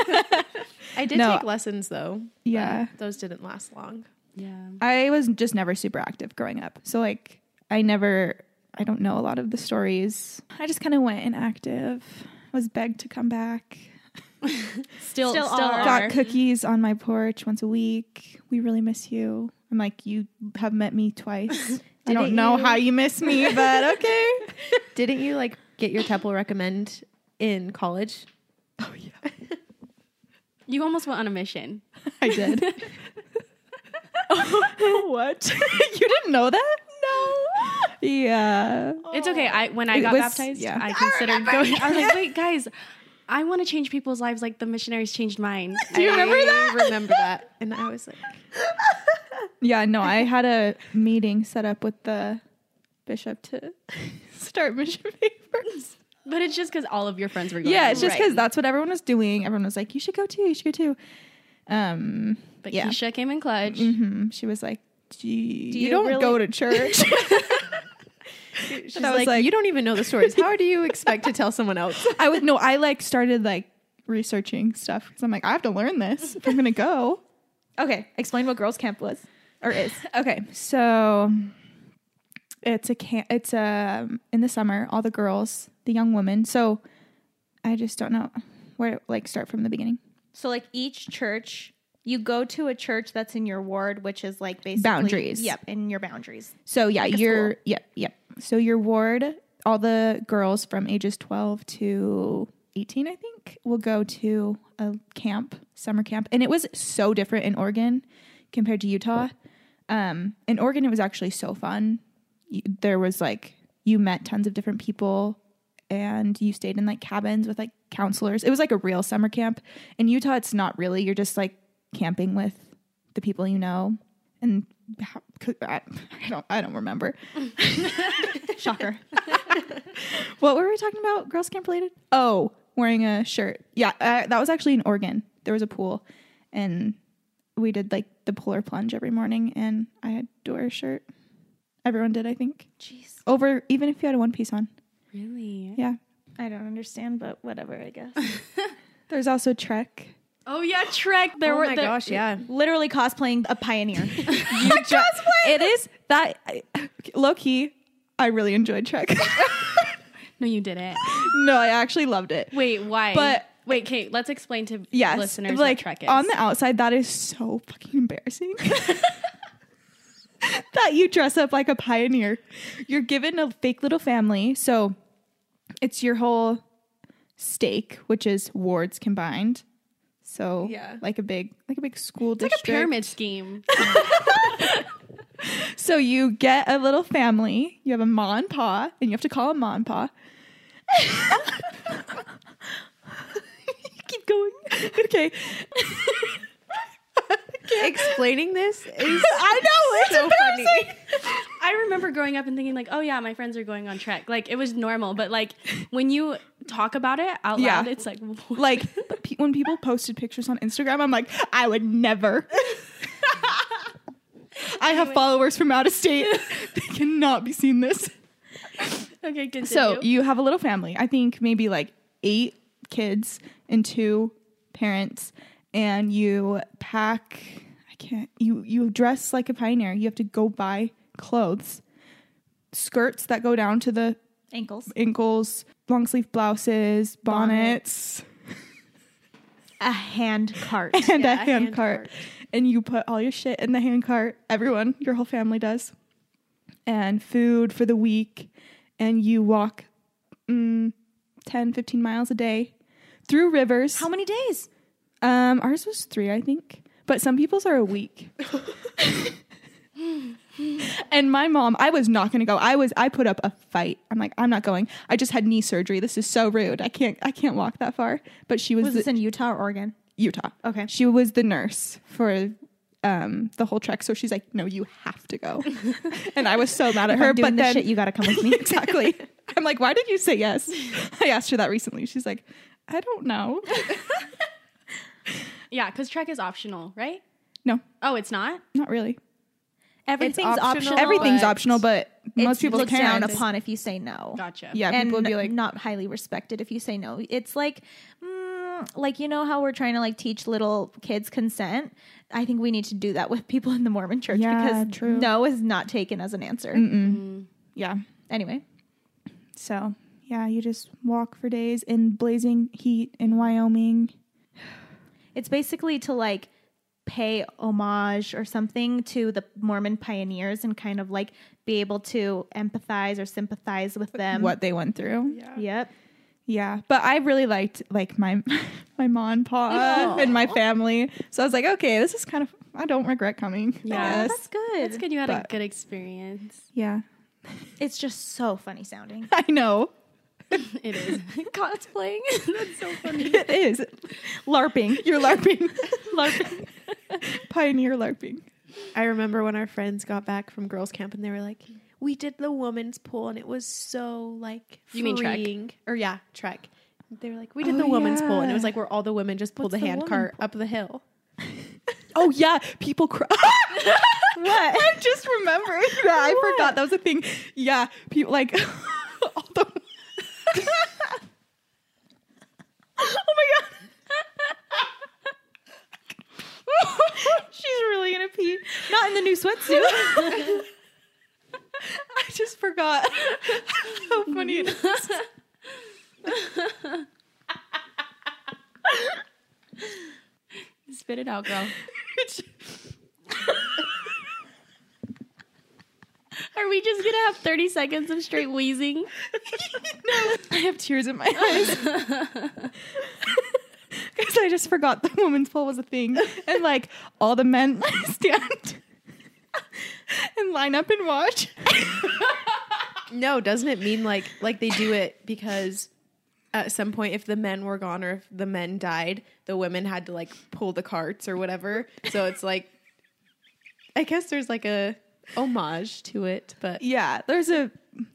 I did
No.
take lessons though.
yeah.
Those didn't last long.
Yeah.
I was just never super active growing up. So like I never I don't know a lot of the stories. I just kind of went inactive. Was begged to come back.
Still,
Still
still,
are.
are.
Got cookies on my porch once a week. We really miss you. I'm like you have met me twice. I
it
don't know
you-
how you miss me, but okay.
Didn't you like get your Temple recommend in college? Oh yeah.
You almost went on a mission.
I did. what? you didn't know that? No. Yeah.
It's okay. I when I
It
got
was-
baptized,
yeah.
I considered going. I was like, wait, guys, I want to change people's lives like the missionaries changed mine.
Do you remember that? I remember that. And I was like,
Yeah, no, I had a meeting set up with the bishop to start mission papers.
But it's just because all of your friends were going.
Yeah, it's just because that's what everyone was doing. Everyone was like, "You should go too. You should go too." Um,
But
yeah.
Keisha came in clutch.
mhm. she was like, Do you,
you
don't
really-
go to church."
she's
I was
like,
like-
you don't even know the stories. How do you expect to tell someone else?
I was no, I like started like researching stuff because I'm like, I have to learn this if I'm gonna go.
okay, explain what girls' camp was or is.
Okay, so it's a camp. It's a in the summer. All the girls, the young women. So I just don't know where like start from the beginning.
So like each church, you go to a church that's in your ward, which is like basically
Boundaries.
Yep, in your boundaries.
So yeah,
a
your yep yep. So your ward, all the girls from ages twelve to eighteen, I think, will go to a camp, summer camp, and it was so different in Oregon compared to Utah. Um, in Oregon, it was actually so fun. You- There was like you met tons of different people, and you stayed in like cabins with like counselors. It was like a real summer camp. In Utah, it's not really. You're just like camping with the people you know, and how, 'cause I, I don't I don't remember.
Shocker.
What were we talking about? Girls camp related? Oh, wearing a shirt. Yeah, uh, that was actually in Oregon. There was a pool, and we did like the polar plunge every morning, and I had to wear a shirt. Everyone did, I think.
Jeez.
Over even if you had a one piece on.
Really?
Yeah.
I don't understand, but whatever, I guess.
There's also Trek.
Oh yeah, Trek. There
oh
were
my
there-
gosh, yeah.
Literally cosplaying a pioneer.
It is that I, low key. I really enjoyed Trek.
No, you didn't.
no, I actually loved it.
Wait, why?
But-
wait, Kate. Let's explain to
Yes,
listeners
like
what Trek is.
on the outside, that is so fucking embarrassing. that you dress up like a pioneer. You're given a fake little family, so it's your whole stake, which is wards combined. So
Yeah.
like a big like a big school
it's like a
district.
pyramid scheme.
So you get a little family. You have a ma and pa, and you have to call them ma and pa. Keep going. Okay.
Explaining this is
I know it's
so funny.
I remember growing up and thinking like, oh yeah, my friends are going on Trek. Like it was normal, but like when you talk about it out
Yeah.
loud, it's like what?
like pe- when people posted pictures on Instagram, I'm like, I would never. I have followers from out of state. they cannot be seen this.
okay, continue.
So you have a little family. I think maybe like eight kids and two parents, and you pack. I can't. You you dress like a pioneer. You have to go buy clothes, skirts that go down to the
Ankles.
ankles, long sleeve blouses, bonnets.
A hand cart.
and
Yeah,
a hand, cart. and you put all your shit in the hand cart everyone your whole family does and food for the week and you walk mm, 10 15 miles a day through rivers
How many days?
um ours was three i think but some people's are a week and my mom i was not gonna go i was i put up a fight i'm like i'm not going i just had knee surgery this is so rude i can't i can't walk that far but she was,
Was
the-
this in Utah or Oregon?
Utah.
Okay.
She was the nurse for um, the whole trek. So she's like, no, you have to go. and I was so mad at her.
I'm doing
But
this
then,
shit, you gotta come with me.
exactly. I'm like, why did you say yes? I asked her that recently. She's like, I don't know.
yeah, because Trek is optional, right?
No,
Oh, it's not.
not really.
Everything's optional.
optional,
Everything's
but
optional, but
It's
most people's
looked
parents.
down upon if you say no.
Gotcha.
yeah,
and
people would be like,
not highly respected if you say no. It's like, mm, like you know how we're trying to like teach little kids consent. I think we need to do that with people in the Mormon Church
Yeah,
because
true. Mm.
no is not taken as an answer. Mm.
yeah.
Anyway,
So yeah, you just walk for days in blazing heat in Wyoming.
it's basically to like pay homage or something to the Mormon pioneers and kind of like be able to empathize or sympathize with them.
what they went through. Yeah.
Yep.
But I really liked like my my mom and pa and my family. So I was like, okay, this is kind of I don't regret coming.
Yeah.
Yeah.
That's good.
That's good. You had a
But-
good experience.
Yeah.
It's just so funny sounding.
I know.
It is cosplaying. That's so funny.
It is. LARPing. You're LARPing.
LARPing.
Pioneer LARPing.
I remember when our friends got back from girls' camp and they were like, "We did the woman's pool and it was so like
You mean Trek?
freeing." Or yeah, trek. They were like, "We did
Oh,
the woman's pool and
yeah.
it was like where all the women just pulled
What's
the
the
hand
woman
cart up the hill."
Oh yeah, people cry. what? I just remembered that. I forgot that was a thing. Yeah, people like all the. oh my god. She's really gonna pee.
Not in the new sweatsuit.
I just forgot how funny it is.
Spit it out, girl. Are we just gonna have 30 seconds of straight wheezing?
I have tears in my eyes because I just forgot the woman's poll was a thing, and like all the men stand and line up and watch.
No, doesn't it mean like like they do it because at some point if the men were gone or if the men died, the women had to like pull the carts or whatever. So it's like I guess there's like a homage to it, but
Yeah, there's a,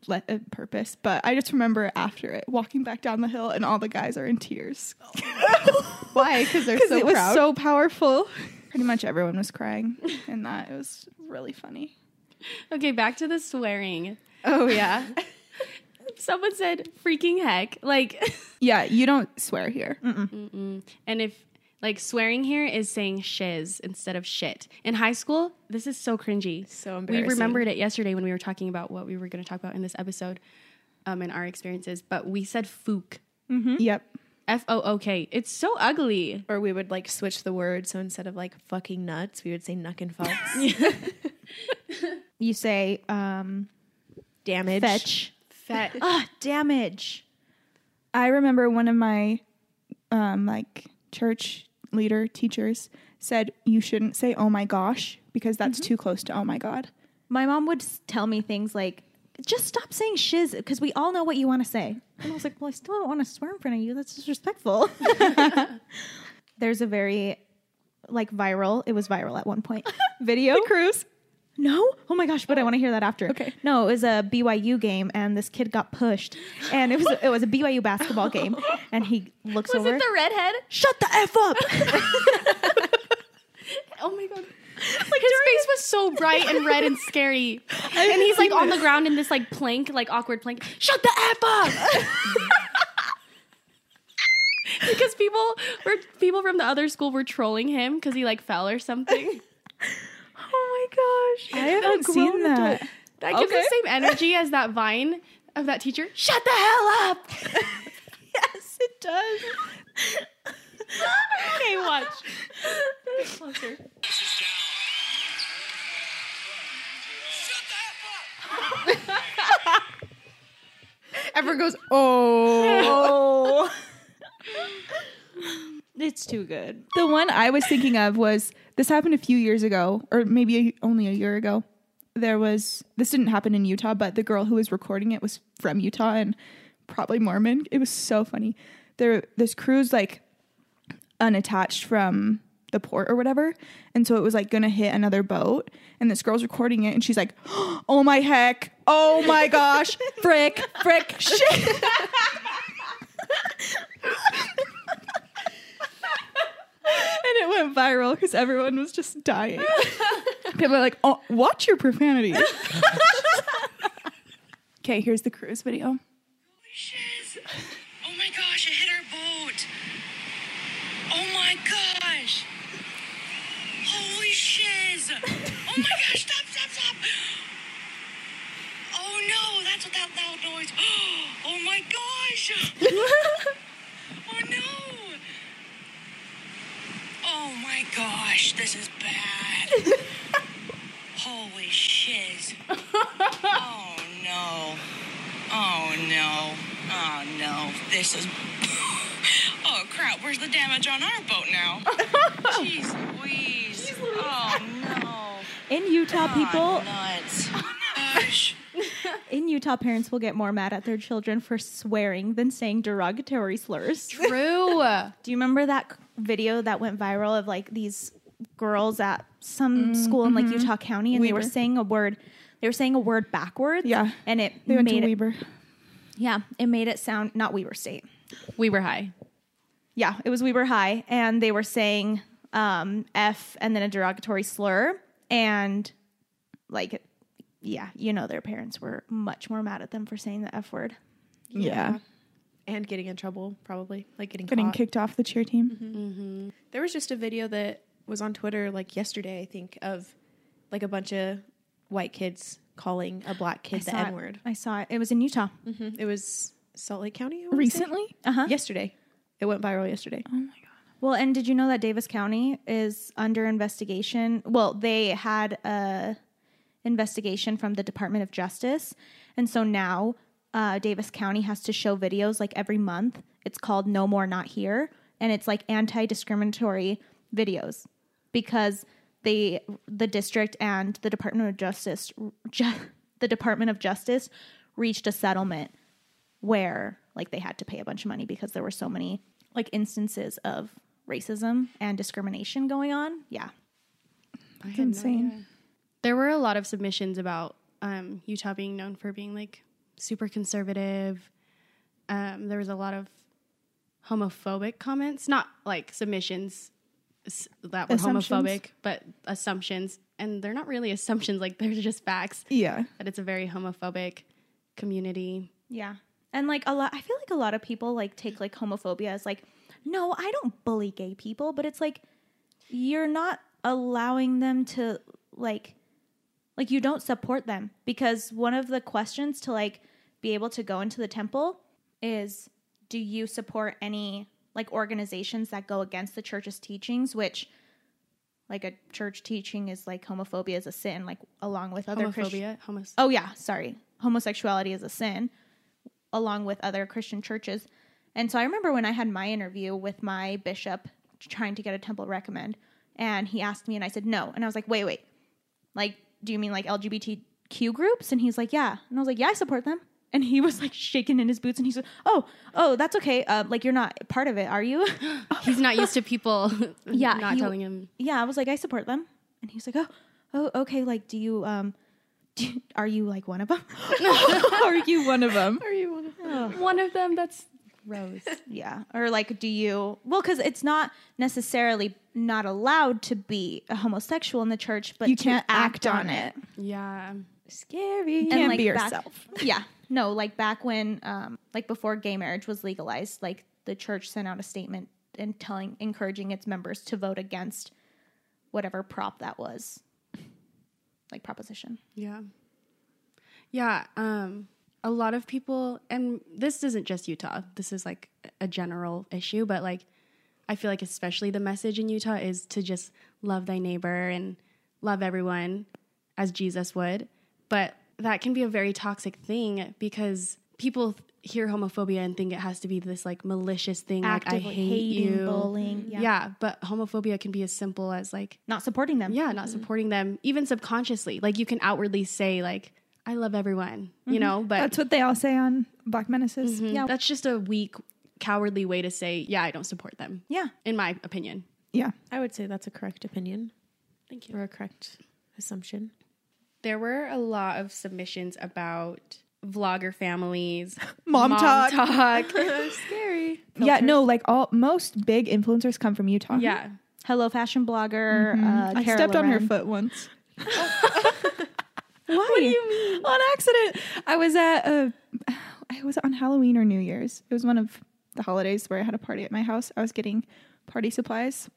le- a purpose, but I just remember after it walking back down the hill and all the guys are in tears
why? Because they're
because
Oh, so
it was
proud.
so powerful. Pretty much everyone was crying, and that it was really funny.
Okay, back to the swearing.
oh yeah.
Someone said freaking heck. Like,
Yeah, you don't swear here.
Mm-hmm.
and if, like, swearing here is saying shiz instead of shit. In high school, this is so cringy.
So
We
embarrassing.
remembered it yesterday when we were talking about what we were gonna talk about in this episode um, and our experiences, but we said fook.
Yep.
F O O K. It's so ugly.
Or we would like switch the word, so instead of like fucking nuts, we would say nuck and fucks.
you say um,
Damage.
fetch.
Fetch.
Ah, damage.
I remember one of my um, like church leader teachers said you shouldn't say "oh my gosh" because that's too close to "oh my god."
My mom would s- tell me things like, just stop saying shiz because we all know what you want to say. And I was like, well, I still don't want to swear in front of you. That's disrespectful. There's a very, like, viral, it was viral at one point. Video?
Cruise.
No? Oh my gosh, but I want to hear that after.
Okay.
No, it was a BYU game and this kid got pushed. And it was it was a BYU basketball game. And he looks
Was
over.
it the redhead?
Shut the F up!
Oh my god. Like his face was so bright and red and scary. And he's like on the ground in this like plank, like awkward plank. Shut the F up! because people were people from the other school were trolling him because he like fell or something.
oh my gosh.
I haven't seen that.
That gives
Okay.
the same energy as that vine of that teacher. Shut the hell up!
Yes, it does.
Okay, watch.
Everyone goes, oh.
It's too good.
The one I was thinking of was this happened a few years ago, or maybe a, only a year ago. There was this didn't happen in Utah, but the girl who was recording it was from Utah and probably Mormon. It was so funny. There, this crew's like unattached from the port or whatever, and so it was like gonna hit another boat. And this girl's recording it, and she's like, "Oh my heck! Oh my gosh! Frick! Frick! Shit!" and it went viral because everyone was just dying. People are like, oh, watch your profanity. okay, here's the cruise video.
Shit. Oh my gosh, it hit our boat. Oh my gosh. Holy shiz. Oh my gosh, stop, stop, stop. Oh no, that's what that loud noise. Oh my gosh. Oh no. Oh my gosh, this is bad. Holy shiz. Oh no. Oh no. Oh no. This is. Oh crap, where's the damage on our boat now? Jeez Louise. Oh no.
In Utah, people
Oh, nuts. Oh, gosh.
in Utah, parents will get more mad at their children for swearing than saying derogatory slurs.
True.
Do you remember that c- video that went viral of like these girls at some school in like Utah County and they were
Mm, mm-hmm. Weber.
saying a word they were saying a word backwards.
Yeah.
And it
They went
made
to
it,
Weber.
Yeah. It made it sound not Weber State.
We were high.
Yeah, it was Weber High and they were saying um F and then a derogatory slur and like yeah, you know their parents were much more mad at them for saying the F word.
Yeah.
and getting in trouble probably like getting
Getting
caught.
kicked off the cheer team.
There was just a video that was on Twitter like yesterday, I think, of like a bunch of white kids calling a black kid the
saw it.
N word.
I saw it. It was in Utah.
It was Salt Lake County I wanna say?
Recently?
Uh-huh.
yesterday. It went viral yesterday.
Well, and did you know that Davis County is under investigation? Well, they had a investigation from the Department of Justice, and so now uh, Davis County has to show videos like every month. It's called "No More Not Here," and it's like anti-discriminatory videos because they, the district and the Department of Justice, ju- the Department of Justice, reached a settlement where like they had to pay a bunch of money because there were so many like instances of racism and discrimination going on. Yeah.
That's insane.
There were a lot of submissions about um, Utah being known for being like super conservative. Um, there was a lot of homophobic comments, not like submissions s- that were
Assumptions.
homophobic, but assumptions. And they're not really assumptions, like they're just facts.
Yeah.
But it's a very homophobic community.
Yeah. And like a lot I feel like a lot of people like take like homophobia as like no, I don't bully gay people, but it's like you're not allowing them to like like you don't support them because one of the questions to like be able to go into the temple is do you support any like organizations that go against the church's teachings which like a church teaching is like homophobia is a sin like along with other Christian
Homophobia, homos-
oh yeah sorry homosexuality is a sin along with other christian churches and so i remember when i had my interview with my bishop trying to get a temple recommend and he asked me and i said no and i was like wait wait like do you mean like lgbtq groups and he's like yeah and i was like yeah i support them and he was like shaking in his boots and he said oh oh that's okay uh, like you're not part of it are you
He's not used to people
Yeah,
not
he-
telling him.
yeah i was like i support them and he was like oh oh okay like do you um do, are you like one of them
Are you one of them?
One of them that's Rose.
Yeah. Or like, do you, well, because it's not necessarily not allowed to be a homosexual in the church, but
You
to
can't act on it.
yeah.
Scary.
And
can't be
back-
yourself.
yeah. No, like back when, um, like before gay marriage was legalized, like the church sent out a statement and telling, encouraging its members to vote against whatever prop that was, like proposition.
Yeah. Yeah. Um, a lot of people, and this isn't just Utah, this is like a general issue, but like I feel like especially the message in Utah is to just love thy neighbor and love everyone as Jesus would. But that can be a very toxic thing because people th- hear homophobia and think it has to be this like malicious thing like I hate
hating,
you.
bullying. Yeah.
Yeah. but homophobia can be as simple as like
Not supporting them.
yeah, not supporting them even subconsciously. Like you can outwardly say like I love everyone, you know, but Mm-hmm. that's,
That's what they all say on Black Menaces.
yeah.
that's just a weak cowardly way to say yeah, I don't support them.
Yeah.
In my opinion.
Yeah.
I would say that's a correct opinion
Thank
or a correct assumption.
There were a lot of submissions about vlogger families,
Mom talk.
Scary.
Yeah, no, like all most big influencers come from Utah.
yeah.
Hello, fashion blogger. Uh,
Mm-hmm. I
Kara
stepped on her
Loren.
foot once. What do you mean? On accident. I was at a, I was on Halloween or New Year's. It was one of the holidays where I had a party at my house. I was getting party supplies,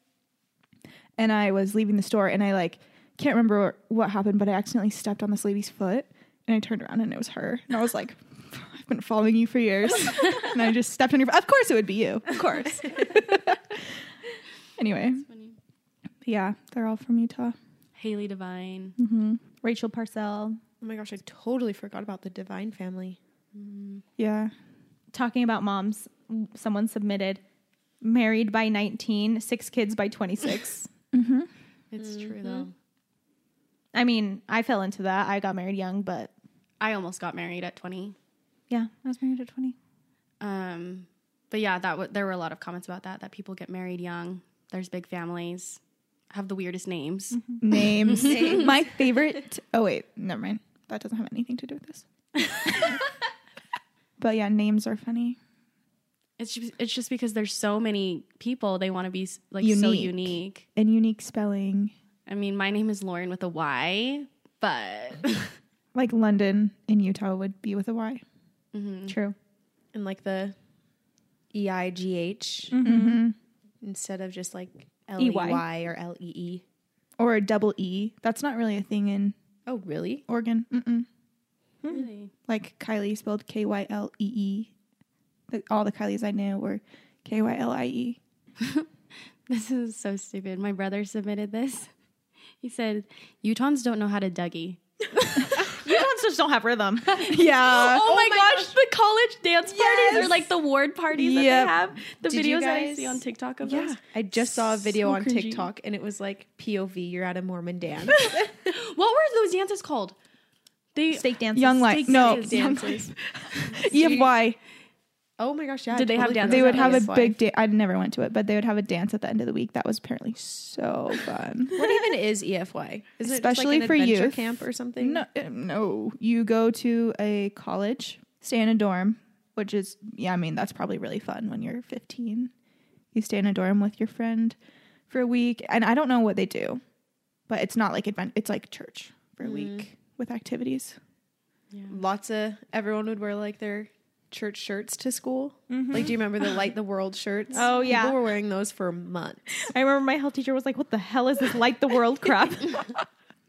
and I was leaving the store, and I like can't remember what happened, but I accidentally stepped on this lady's foot, and I turned around and it was her, and I was like. I've been following you for years, and I just stepped on your. Of course, it would be you. Of course. anyway, yeah, they're all from Utah.
Haley Divine.
Rachel Parcell
Oh my gosh, I totally forgot about the Divine family.
Yeah,
talking about moms. Someone submitted married by 19, six kids by 26.
It's true though.
I mean, I fell into that. I got married young, but
I almost got married at 20.
yeah, I was married at 20.
Um, but yeah, that w- there were a lot of comments about that that people get married young. There's big families, have the weirdest names.
names. My favorite. Oh wait, never mind. That doesn't have anything to do with this. but yeah, names are funny.
It's just, it's just because there's so many people they want to be s- like so
Unique.
unique.
And unique spelling,
I mean, my name is Lauren with a Y, but
like London in Utah would be with a Y.
True.
And like the E I G H instead of just like L E Y or L E E.
or a double E. That's not really a thing in
Oh, really?
Oregon. Mm-mm.
really,
Like Kylie spelled K Y L E E. The- All the Kylies I knew were K Y L I E.
this is so stupid. My brother submitted this. He said, "Utahns don't know how to Dougie."
Utahns just don't have rhythm.
Yeah.
oh, my, gosh, the college dance parties or like the ward parties that
Yep.
they have. The
Did you
videos that I
guys-
see on TikTok of
Yeah.
those.
I just saw a video
So
on
cringy.
TikTok and it was like POV, you're at a Mormon dance.
What were those dances called? They
Steak dances.
Young Life.
Steak
No,
dances.
Young
dances.
EFY.
oh my gosh, yeah. I
Did they have
totally
dances
forgot
They would
about E
have a
this one.
big dance. I never went to it, but they would have a dance at the end of the week. That was apparently so fun.
What even is EFY? Is
Especially
it just like an
for
adventure
youth.
camp or something?
No, uh, no. You go to a college, stay in a dorm, which is yeah. I mean, that's probably really fun when you're 15. You stay in a dorm with your friend for a week, and I don't know what they do, but it's not like advent. It's like church for a week with activities.
Lots of everyone would wear like their church shirts to school.
Mm-hmm.
Like, do you remember the Light the World shirts?
Oh, yeah.
people were wearing those for months.
I remember my health teacher was like, "What the hell is this light the world crap?"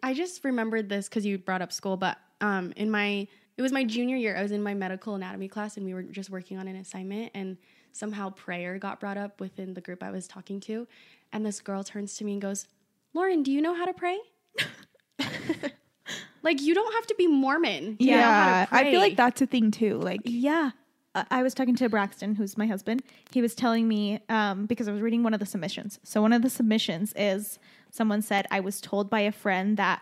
I just remembered this because you brought up school, but um, in my it was my junior year. I was in my medical anatomy class, and we were just working on an assignment, and somehow prayer got brought up within the group I was talking to, and this girl turns to me and goes, "Lauren, do you know how to pray?" like you don't have to be Mormon. to know how to
I feel
pray.
like that's a thing too. Like
yeah. I- I was talking to Braxton, who's my husband. He was telling me um, because I was reading one of the submissions. So one of the submissions is someone said I was told by a friend that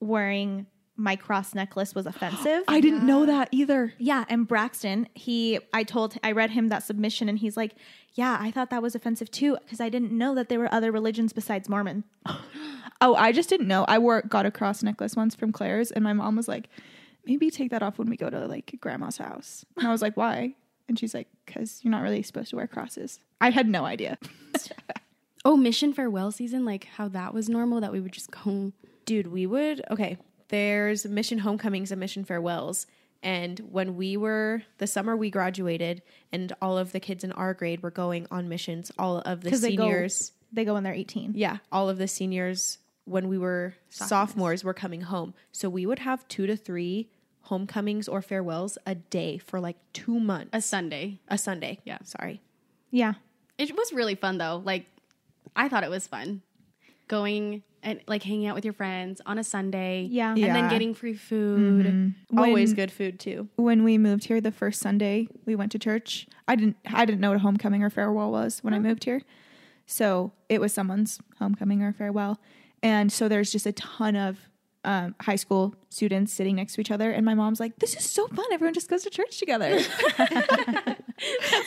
wearing my cross necklace was offensive.
I didn't know that either.
Yeah, and Braxton, he I told I read him that submission and he's like, "Yeah, I thought that was offensive too because I didn't know that there were other religions besides Mormon."
Oh, I just didn't know. I wore got a cross necklace once from Claire's, and my mom was like, "Maybe take that off when we go to like grandma's house." And I was like, "Why?" And she's like, "Cause you're not really supposed to wear crosses." I had no idea.
oh mission farewell season, like how that was normal that we would just go.
Dude, we would okay. There's mission homecomings and mission farewells. And when we were the summer we graduated, and all of the kids in our grade were going on missions. All of the
'Cause they go-
seniors.
They go when they're 18.
Yeah, all of the seniors when we were sophomores were coming home. So we would have two to three homecomings or farewells a day for like two months.
a Sunday.
A Sunday.
Yeah.
Sorry.
Yeah.
It was really fun though. Like I thought it was fun going and like hanging out with your friends on a Sunday.
Yeah. Mm-hmm.
And then
Yeah.
getting free food.
Always good food too.
When we moved here, the first Sunday we went to church. I didn't. I didn't know what a homecoming or farewell was
Mm.
when I moved here, so it was someone's homecoming or farewell. And so there's just a ton of um, high school students sitting next to each other, and my mom's like, "This is so fun! Everyone just goes to church together."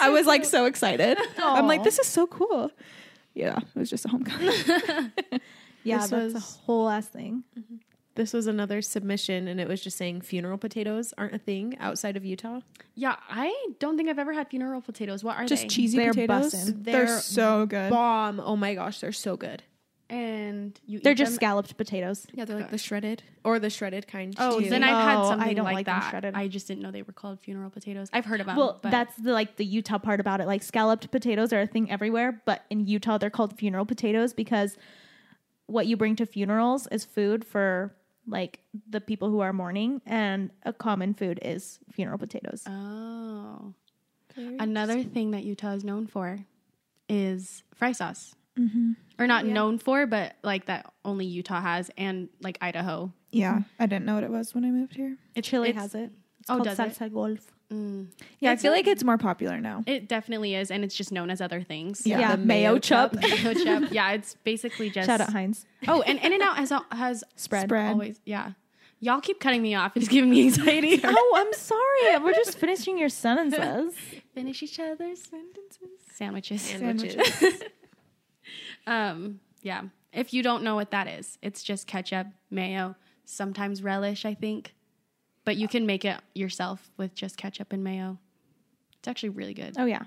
I was like so excited. I'm like, "This is so cool." Yeah, it was just a homecoming.
Yeah,
This
that's
was-
a whole ass thing.
This was another submission and it was just saying funeral potatoes aren't a thing outside of Utah.
Yeah, I don't think I've ever had funeral potatoes. What are
just
they?
cheesy
They're
potatoes.
bussin'.
They're,
They're
so good.
Bomb. Oh my gosh, they're so good.
and you
They're
eat
just
them-
scalloped potatoes.
Yeah, they're like the shredded or the shredded kind.
Oh,
too.
then I've had
No, I
something
don't
like,
like them
that.
shredded.
I just didn't know they were called funeral potatoes. I've heard about
well,
them. but-
that's the like the Utah part about it. Like scalloped potatoes are a thing everywhere, but in Utah they're called funeral potatoes because what you bring to funerals is food for like the people who are mourning, and a common food is funeral potatoes.
Uh, Oh. Another thing that Utah is known for is fry sauce.
Mm-hmm.
Or not known for, but like that only Utah has and like Idaho.
Yeah, I didn't know what it was when I moved here.
Chile
it's-
has it. It's
oh,
called
does it? Mm.
salsa golf.
Yeah, I feel like it's more popular now.
It definitely is, and it's just known as other things.
Yeah,
the
mayo, chup.
Potato chip. Yeah, it's basically just.
Shout out Heinz.
Oh, and In and Out has, al- has spread.
Spread.
Always. Yeah. Y'all keep cutting me off. It's giving me anxiety.
oh, I'm sorry. We're just finishing your sentences.
Finish each other's sentences. Sandwiches.
sandwiches.
Um, yeah. If you don't know what that is, it's just ketchup, mayo, sometimes relish, I think. But you can make it yourself with just ketchup and mayo. It's actually really good.
Oh yeah.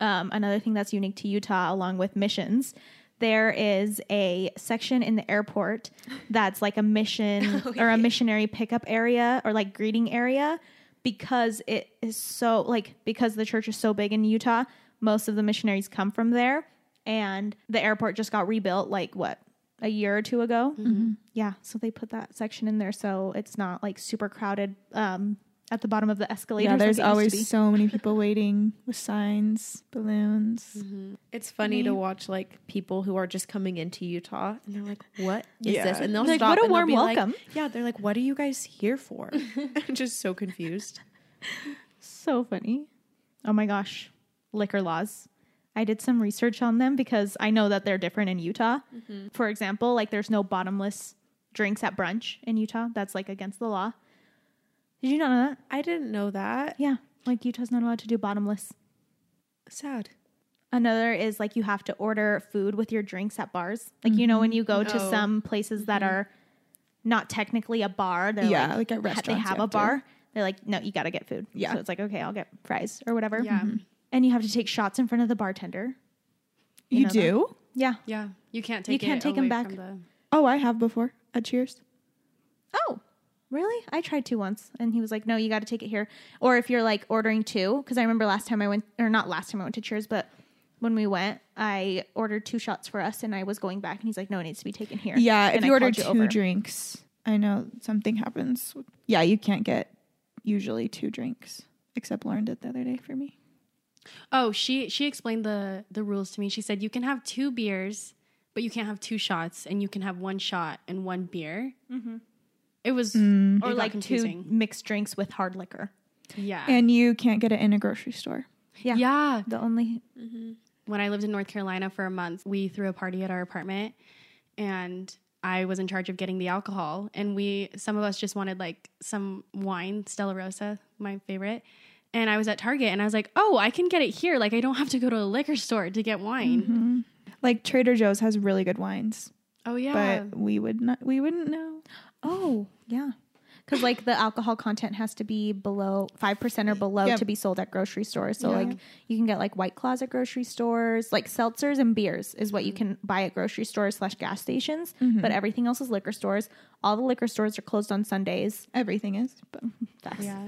Um, another thing that's unique to Utah, along with missions, there is a section in the airport that's like a mission or a missionary pickup area or like greeting area because it is so like because the church is so big in Utah, most of the missionaries come from there, and the airport just got rebuilt like what a year or two ago.
Mm-hmm.
Yeah, so they put that section in there so it's not like super crowded um, at the bottom of the escalator.
Yeah, there's always so many people waiting with signs, balloons.
It's funny
Mm-hmm.
to watch like people who are just coming into Utah and they're like, "What is
Yeah.
this?" And they'll
Like,
stop.
what a
and they'll
warm
be like-
welcome.
yeah, they're like, "What are you guys here for?" I'm just so confused.
So funny. Oh my gosh. Liquor laws. I did some research on them because I know that they're different in Utah. For example, like there's no bottomless drinks at brunch in Utah. That's like against the law. Did you not know that?
I didn't know that.
Yeah. Like Utah's not allowed to do bottomless.
Sad.
Another is like you have to order food with your drinks at bars. Like, you know, when you go
Mm-hmm.
to
Oh.
some places that are not technically a bar, they're
Yeah,
like,
like at
ha- they
restaurants you
have a
have to-
bar. They're like, no, you got to get food.
Yeah.
So it's like, okay, I'll get fries or whatever. Mm-hmm.
Yeah.
and you have to take shots in front of the bartender.
You,
know that.
do?
Yeah.
Yeah. You can't take
You can't
it
take 'em
away
back.
from the-
Oh, I have before at Cheers.
Oh, really? I tried two once, and he was like, "No, you got to take it here." Or if you're like ordering two, because I remember last time I went, or not last time I went to Cheers, but when we went, I ordered two shots for us, and I was going back, and he's like, "No, it needs to be taken here."
Yeah,
And
if
I
you order
called
two
over.
drinks, I know something happens. Yeah, you can't get usually two drinks, except Lauren did the other day for me.
Oh, she she explained the the rules to me. She said you can have two beers, but you can't have two shots, and you can have one shot and one beer. It was
Mm.
it
Mm-hmm. or
got
like two
confusing.
mixed drinks with hard liquor.
Yeah.
And you can't get it in a grocery store.
Yeah.
yeah.
The only
when I lived in North Carolina for a month, we threw a party at our apartment and I was in charge of getting the alcohol and we some of us just wanted like some wine, Stella Rosa, my favorite. And I was at Target and I was like, "Oh, I can get it here. Like I don't have to go to a liquor store to get wine."
Mm-hmm. Like Trader Joe's has really good wines,
Oh yeah.
but we would not we wouldn't know.
oh yeah. Because like the alcohol content has to be below five percent or below
Yeah.
to be sold at grocery stores. So
Yeah.
like you can get like White Claws at grocery stores, like seltzers and beers is what you can buy at grocery stores slash gas stations. But everything else is liquor stores. All the liquor stores are closed on Sundays.
Everything is, but
Facts.
yeah.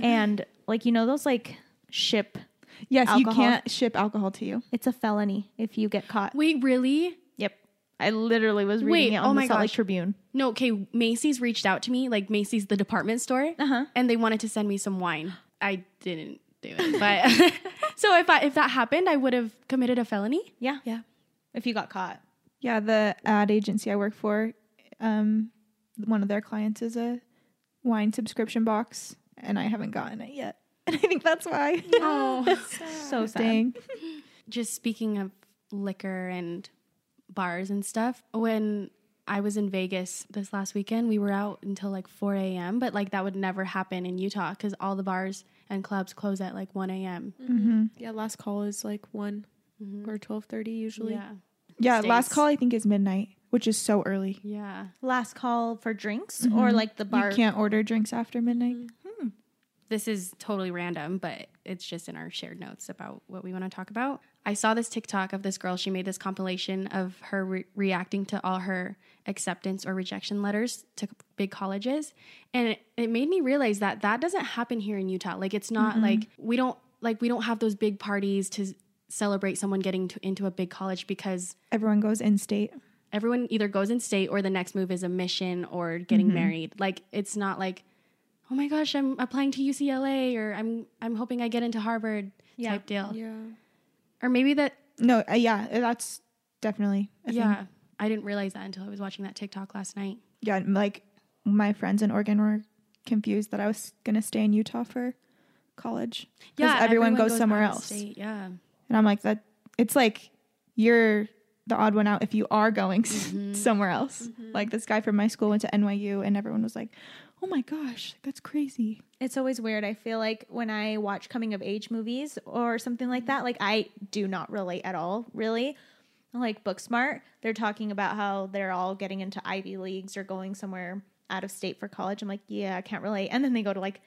and like you know those like ship.
yes,
Alcohol.
you can't ship alcohol to you.
It's a felony if you get caught.
Wait, really?
Yep. I literally was reading
Wait,
it
oh
on the
my
Salt Lake
gosh.
Tribune.
No, okay, Macy's reached out to me, like Macy's the department store, and they wanted to send me some wine. I didn't do it. But so if I, if that happened, I would have committed a felony?
Yeah.
Yeah.
If you got caught.
Yeah, the ad agency I work for, um, one of their clients is a wine subscription box, and I haven't gotten it yet. And I think that's why.
Oh.
So sad.
Dang.
just speaking of liquor and bars and stuff, when I was in Vegas this last weekend, we were out until like 4 a.m., but like that would never happen in Utah because all the bars and clubs close at like 1 a.m.
Yeah, last call is like one
Mm-hmm.
or twelve thirty usually.
Yeah.
Yeah, last
States.
call I think is midnight, which is so early.
Yeah.
Mm-hmm. Last call for drinks or like the bar Mm.
You can't order drinks after midnight.
this is totally random, but it's just in our shared notes about what we want to talk about. I saw this TikTok of this girl. She made this compilation of her re- reacting to all her acceptance or rejection letters to big colleges. And it, it made me realize that that doesn't happen here in Utah. Like, it's not like we don't. Like we don't have those big parties to s- celebrate someone getting to, into a big college because
Everyone goes in state.
everyone either goes in state or the next move is a mission or
Mm-hmm.
getting married. Like it's not like, oh my gosh, I'm applying to UCLA or I'm I'm hoping I get into Harvard type deal.
Yeah.
Or maybe that
No, uh, yeah, that's definitely. a thing.
yeah. I didn't realize that until I was watching that TikTok last night.
yeah, and, like my friends in Oregon were confused that I was gonna stay in Utah for college. 'Cause everyone, goes, somewhere
out of
else,
state, Yeah.
and I'm like that. It's like you're the odd one out if you are going s somewhere else. Like this guy from my school went to NYU, and everyone was like, "Oh my gosh, that's crazy." It's always weird. I feel like when I watch coming of age movies or something like that, like I do not relate at all, really. Like Booksmart, they're talking about how they're all getting into Ivy Leagues or going somewhere out of state for college. I'm like, yeah, I can't relate. And then they go to like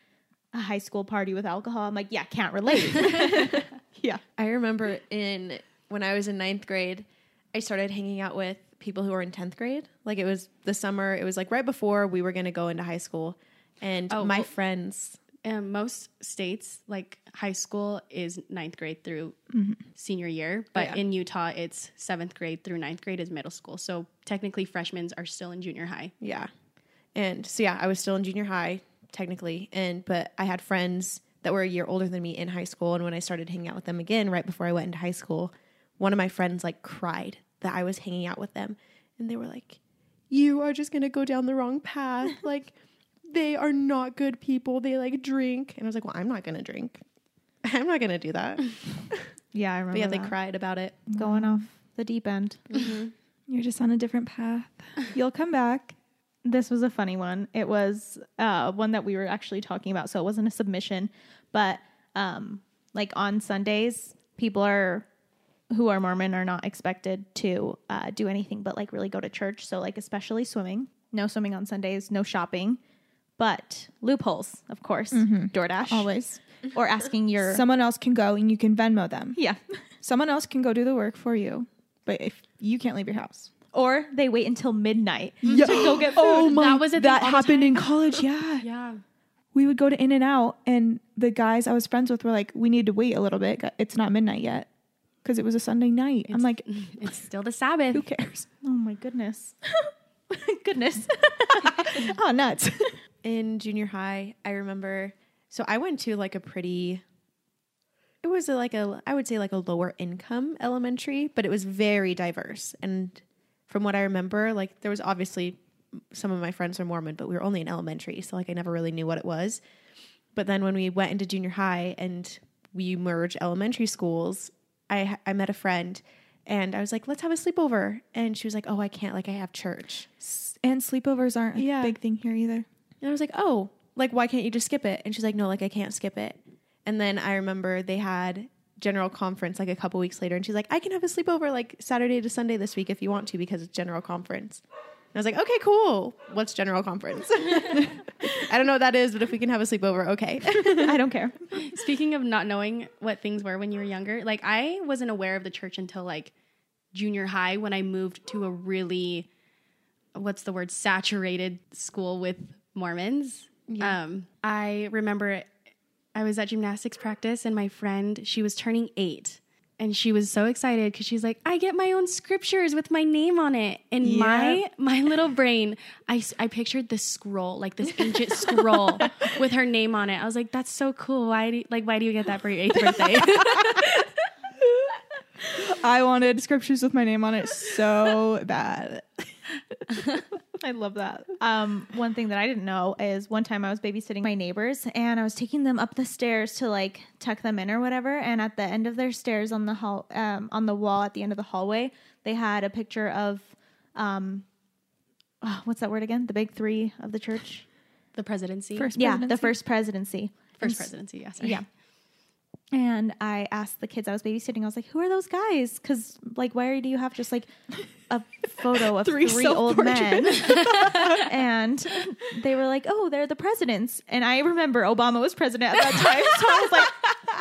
a high school party with alcohol. I'm like, yeah, can't relate. yeah.
I remember in when I was in ninth grade, I started hanging out with people who were in tenth grade. Like it was the summer. It was like right before we were going to go into high school, and
Oh,
my
well-
friends.
Um, most states, like high school, is ninth grade through
Mm-hmm.
senior year, but
Yeah.
in Utah, it's seventh grade through ninth grade is middle school. So technically, freshmen are still in junior high.
Yeah. And so yeah, I was still in junior high technically, and but I had friends that were a year older than me in high school, and when I started hanging out with them again right before I went into high school, one of my friends like cried that I was hanging out with them, and they were like, "You are just going to go down the wrong path." like they are not good people. They like drink. And I was like, "Well, I'm not going to drink. I'm not going to do that."
Yeah, I remember.
But yeah, they
that.
cried about it.
going off the deep end.
You're just on a different path.
You'll come back. This was a funny one. It was uh, one that we were actually talking about, so it wasn't a submission, but um, like on Sundays, people are who are Mormon are not expected to uh, do anything but like really go to church. So like especially swimming. No swimming on Sundays. No shopping. But loopholes, of course. DoorDash
Always.
or asking your
Someone else can go and you can Venmo them.
yeah.
Someone else can go do the work for you. But if you can't leave your house.
Or they wait until midnight to go get food.
Oh my!
That
That
was a thing all the
happened in college. Yeah,
Yeah.
we would go to In and Out, and the guys I was friends with were like, "We need to wait a little bit. It's not midnight yet," because it was a Sunday night. I'm like,
It's still the Sabbath.
"Who cares?"
Oh my goodness. goodness.
Oh, nuts!
in junior high, I remember. So I went to like a pretty. It was a, like a I would say like a lower income elementary, but it was very diverse. And from what I remember, like there was obviously some of my friends are Mormon, but we were only in elementary, so like I never really knew what it was. But then when we went into junior high and we merged elementary schools, I I met a friend and I was like, "Let's have a sleepover." And she was like, "Oh, I can't, like I have church."
and sleepovers aren't a
Yeah.
big thing here either.
And I was like, oh, like, why can't you just skip it? And she's like, no, like, I can't skip it. And then I remember they had general conference like a couple weeks later. And she's like, I can have a sleepover like Saturday to Sunday this week if you want to because it's general conference. And I was like, okay, cool. What's general conference? I don't know what that is, but if we can have a sleepover, okay.
I don't care.
Speaking of not knowing what things were when you were younger, like I wasn't aware of the church until like junior high when I moved to a really what's the word saturated school with Mormons. Um I remember I was at gymnastics practice and my friend, she was turning 8 and she was so excited cuz she's like, "I get my own scriptures with my name on it." And my my little brain, I s- I pictured this scroll, like this ancient scroll with her name on it. I was like, "That's so cool. Why do you, like why do you get that for your 8th birthday?"
I wanted scriptures with my name on it so bad.
I love that. Um, one thing that I didn't know is one time I was babysitting my neighbors and I was taking them up the stairs to like tuck them in or whatever. And at the end of their stairs on the hall, um, on the wall at the end of the hallway, they had a picture of, um, oh, what's that word again? The big three of the church.
the presidency.
First,
Yeah, the first presidency.
First presidency, yeah. Sorry.
Yeah. And I asked the kids I was babysitting, I was like, who are those guys? Because, like, why do you have just like a photo of three, old men? and they were like, oh, they're the presidents. And I remember Obama was president at that time. So I was like,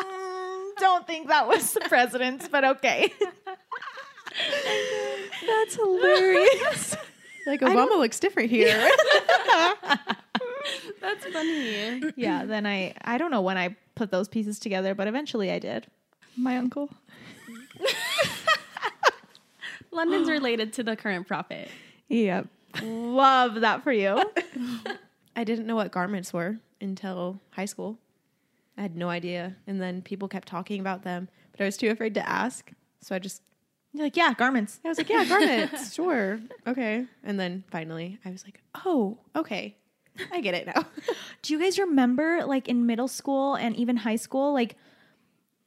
mm, don't think that was the presidents, but okay. That's hilarious.
Like Obama looks different here.
That's funny.
yeah, then I I don't know when I put those pieces together, but eventually I did.
My uncle.
London's related to the current prophet.
Yep. Love that for you.
I didn't know what garments were until high school. I had no idea, and then people kept talking about them, but I was too afraid to ask, so I just
You're like, yeah, garments.
I was like, yeah, garments, sure, okay. And then finally, I was like, oh, okay, I get it now.
Do you guys remember like in middle school and even high school, like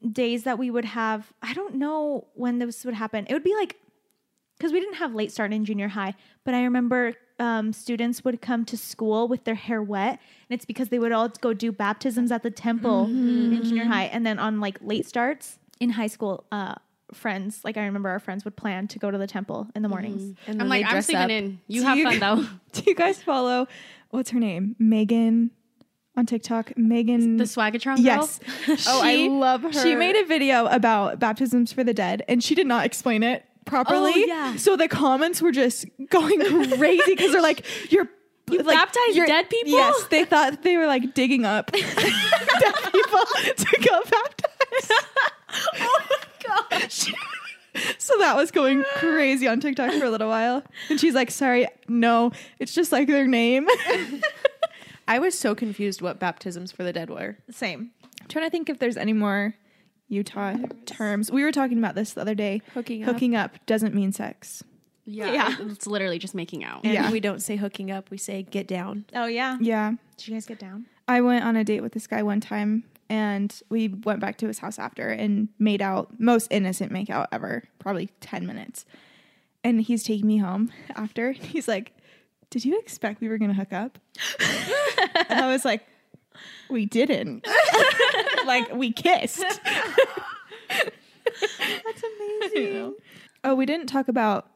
days that we would have I don't know when this would happen. It would be like because we didn't have late start in junior high, but I remember um, students would come to school with their hair wet, and it's because they would all go do baptisms at the temple in junior high, and then on like late starts in high school, uh, friends like I remember our friends would plan to go to the temple in the mornings.
And then
I'm
they
like, I'm
dress
singing
up.
in. You
Do
have
you-
fun though.
Do you guys follow what's her name? Megan on TikTok. Megan
The Swagatron
Yes.
girl.
oh,
I love
She
her.
made a video about baptisms for the dead and she did not explain it properly.
yeah.
So the comments were just going crazy because they're like, you're you like,
baptized
you're-
dead people?
Yes, they thought they were like digging up dead people to go baptize. oh my gosh. So that was going crazy on TikTok for a little while. And she's like, sorry, no, it's just like their name.
I was so confused what baptisms for the dead were.
Same.
I'm trying to think if there's any more Utah terms. We were talking about this the other day.
Hooking up.
Hooking up doesn't mean sex.
Yeah. It's literally just making out.
And
Yeah.
we don't say hooking up, we say get down.
Oh yeah.
Yeah.
Did you guys get down?
I went on a date with this guy one time and we went back to his house after and made out, most innocent make out ever, probably 10 minutes. And he's taking me home after. He's like, Did you expect we were going to hook up? and I was like, We didn't. like, we kissed.
That's amazing.
Oh, we didn't talk about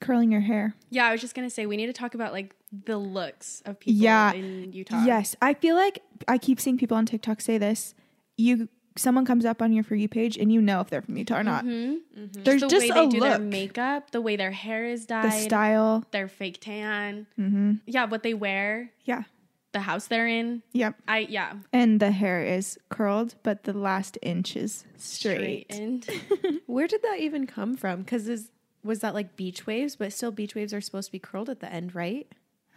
curling your hair.
Yeah, I was just gonna say we need to talk about like the looks of people
Yeah.
in Utah.
Yes, I feel like I keep seeing people on TikTok say this. You someone comes up on your for you page and you know if they're from Utah or not. There's
the
just
way
a
they do their
look,
makeup, the way their hair is dyed,
the style.
their fake tan. Yeah, what they wear,
Yeah.
the house they're in.
Yep.
I yeah,
And the hair is curled, but the last inch is straight.
and
Where did that even come from? Because is was that like beach waves? But still, beach waves are supposed to be curled at the end, right?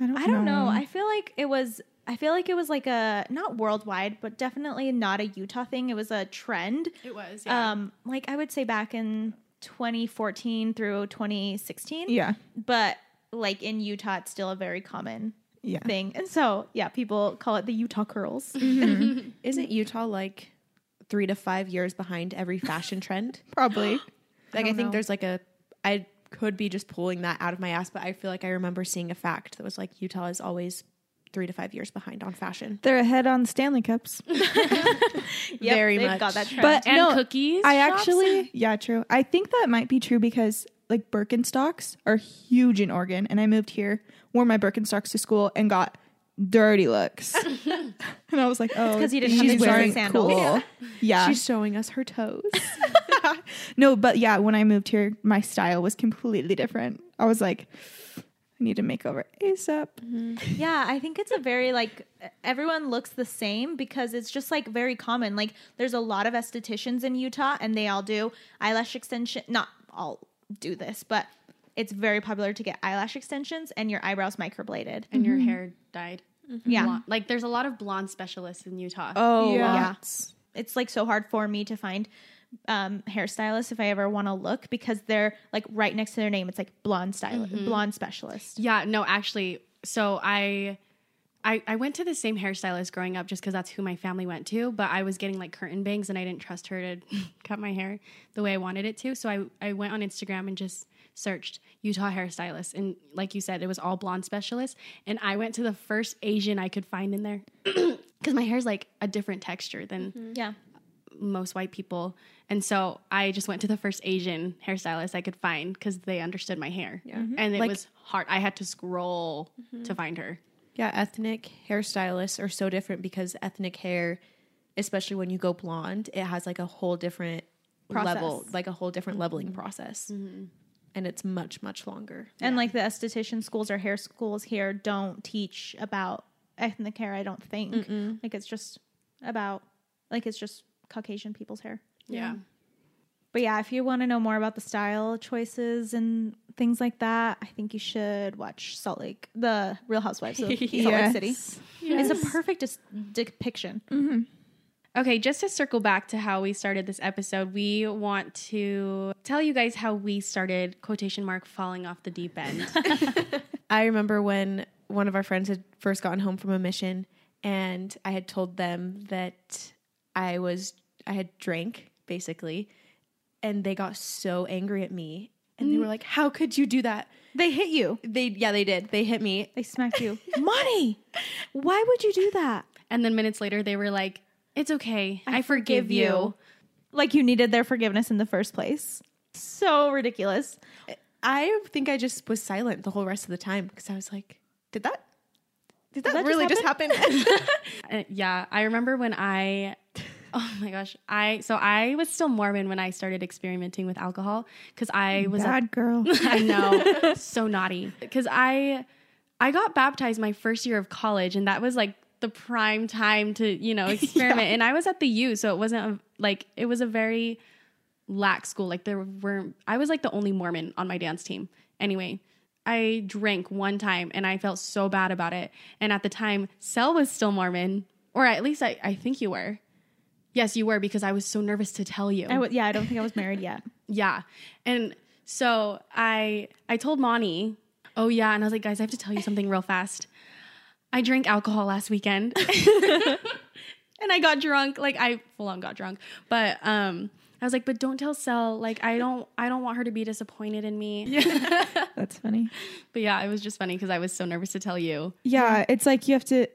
I don't know. I feel like it was. I feel like it was like a not worldwide, but definitely not a Utah thing. It was a trend.
it was.
Um, like I would say back in 2014 through 2016.
Yeah.
But like in Utah, it's still a very common
Yeah.
thing, and so yeah, people call it the Utah curls.
Isn't Utah like three to five years behind every fashion trend?
Probably.
Like I, think
know.
there's like a I could be just pulling that out of my ass, but I feel like I remember seeing a fact that was like Utah is always three to five years behind on fashion.
They're ahead on Stanley Cups.
Yep,
Very
they've
much.
got that trend.
But
and
no,
cookies.
I
shops?
actually, yeah, true. I think that might be true because like Birkenstocks are huge in Oregon, and I moved here, wore my Birkenstocks to school, and got dirty looks. and I was like, oh,
'cause you didn't have
she's
the jersey
wearing
sandals.
Cool. Yeah,
She's showing us her toes.
no, but yeah, when I moved here, my style was completely different. I was like, I need to make over ASAP.
Mm-hmm. Yeah, I think it's a very like everyone looks the same because it's just like very common. Like there's a lot of estheticians in Utah and they all do eyelash extension not all do this, but it's very popular to get eyelash extensions and your eyebrows microbladed.
and your hair dyed.
Yeah.
Blonde. like there's a lot of blonde specialists in Utah.
Oh,
Yeah. It's like so hard for me to find um hairstylists if I ever want to look because they're like right next to their name. It's like blonde stylist, blonde specialist.
Yeah, no, actually, so I, I, I went to the same hairstylist growing up just because that's who my family went to. But I was getting like curtain bangs, and I didn't trust her to cut my hair the way I wanted it to. So I, I went on Instagram and just searched Utah hairstylist, and like you said, it was all blonde specialists. And I went to the first Asian I could find in there because my hair's like a different texture than
Yeah.
most white people. And so I just went to the first Asian hairstylist I could find because they understood my hair. Yeah. Mm-hmm. And it
Like-
was hard. I had to scroll to find her.
Yeah, ethnic hairstylists are so different because ethnic hair, especially when you go blonde, it has like a whole different level,
Process.
like a whole different leveling process. And it's much, much longer.
And like the esthetician schools or hair schools here don't teach about ethnic hair, I don't think. Like it's just about like it's just Caucasian people's hair.
Yeah.
But yeah, if you want to know more about the style choices and things like that, I think you should watch Salt Lake, the Real Housewives of Salt Lake City. It's a perfect dis- depiction.
Okay, just to circle back to how we started this episode, we want to tell you guys how we started quotation mark falling off the deep end.
I remember when one of our friends had first gotten home from a mission and I had told them that I was I had drank basically and they got so angry at me and they were like how could you do that
They hit you.
they yeah they did they hit me
They smack you.
money why would you do that
and then minutes later they were like, "It's okay. I, forgive,
forgive
you."
you. like you needed their forgiveness in the first place. So ridiculous.
I think I just was silent the whole rest of the time because I was like, did that? Did that,
that just
really just happen?
Uh, yeah, I remember when I Oh my gosh. I so I was still Mormon when I started experimenting with alcohol cuz I was a
girl.
I know. so naughty. Cuz I I got baptized my first year of college and that was like the prime time to, you know, experiment. And I was at the U, so it wasn't a, like it was a very lax school. Like there were I was like the only Mormon on my dance team. Anyway, I drank one time and I felt so bad about it. And at the time, Sel was still Mormon, or at least I, I think you were. Yes, you were because I was so nervous to tell you.
I w- yeah, I don't think I was married yet.
Yeah. And so I I told Monty, oh yeah, and I was like, guys, I have to tell you something real fast. I drank alcohol last weekend. and I got drunk. Like I full on got drunk. But um I was like, but don't tell Sel. Like I don't I don't want her to be disappointed in me.
That's funny.
But yeah, it was just funny because I was so nervous to tell you.
Yeah, it's like you have to.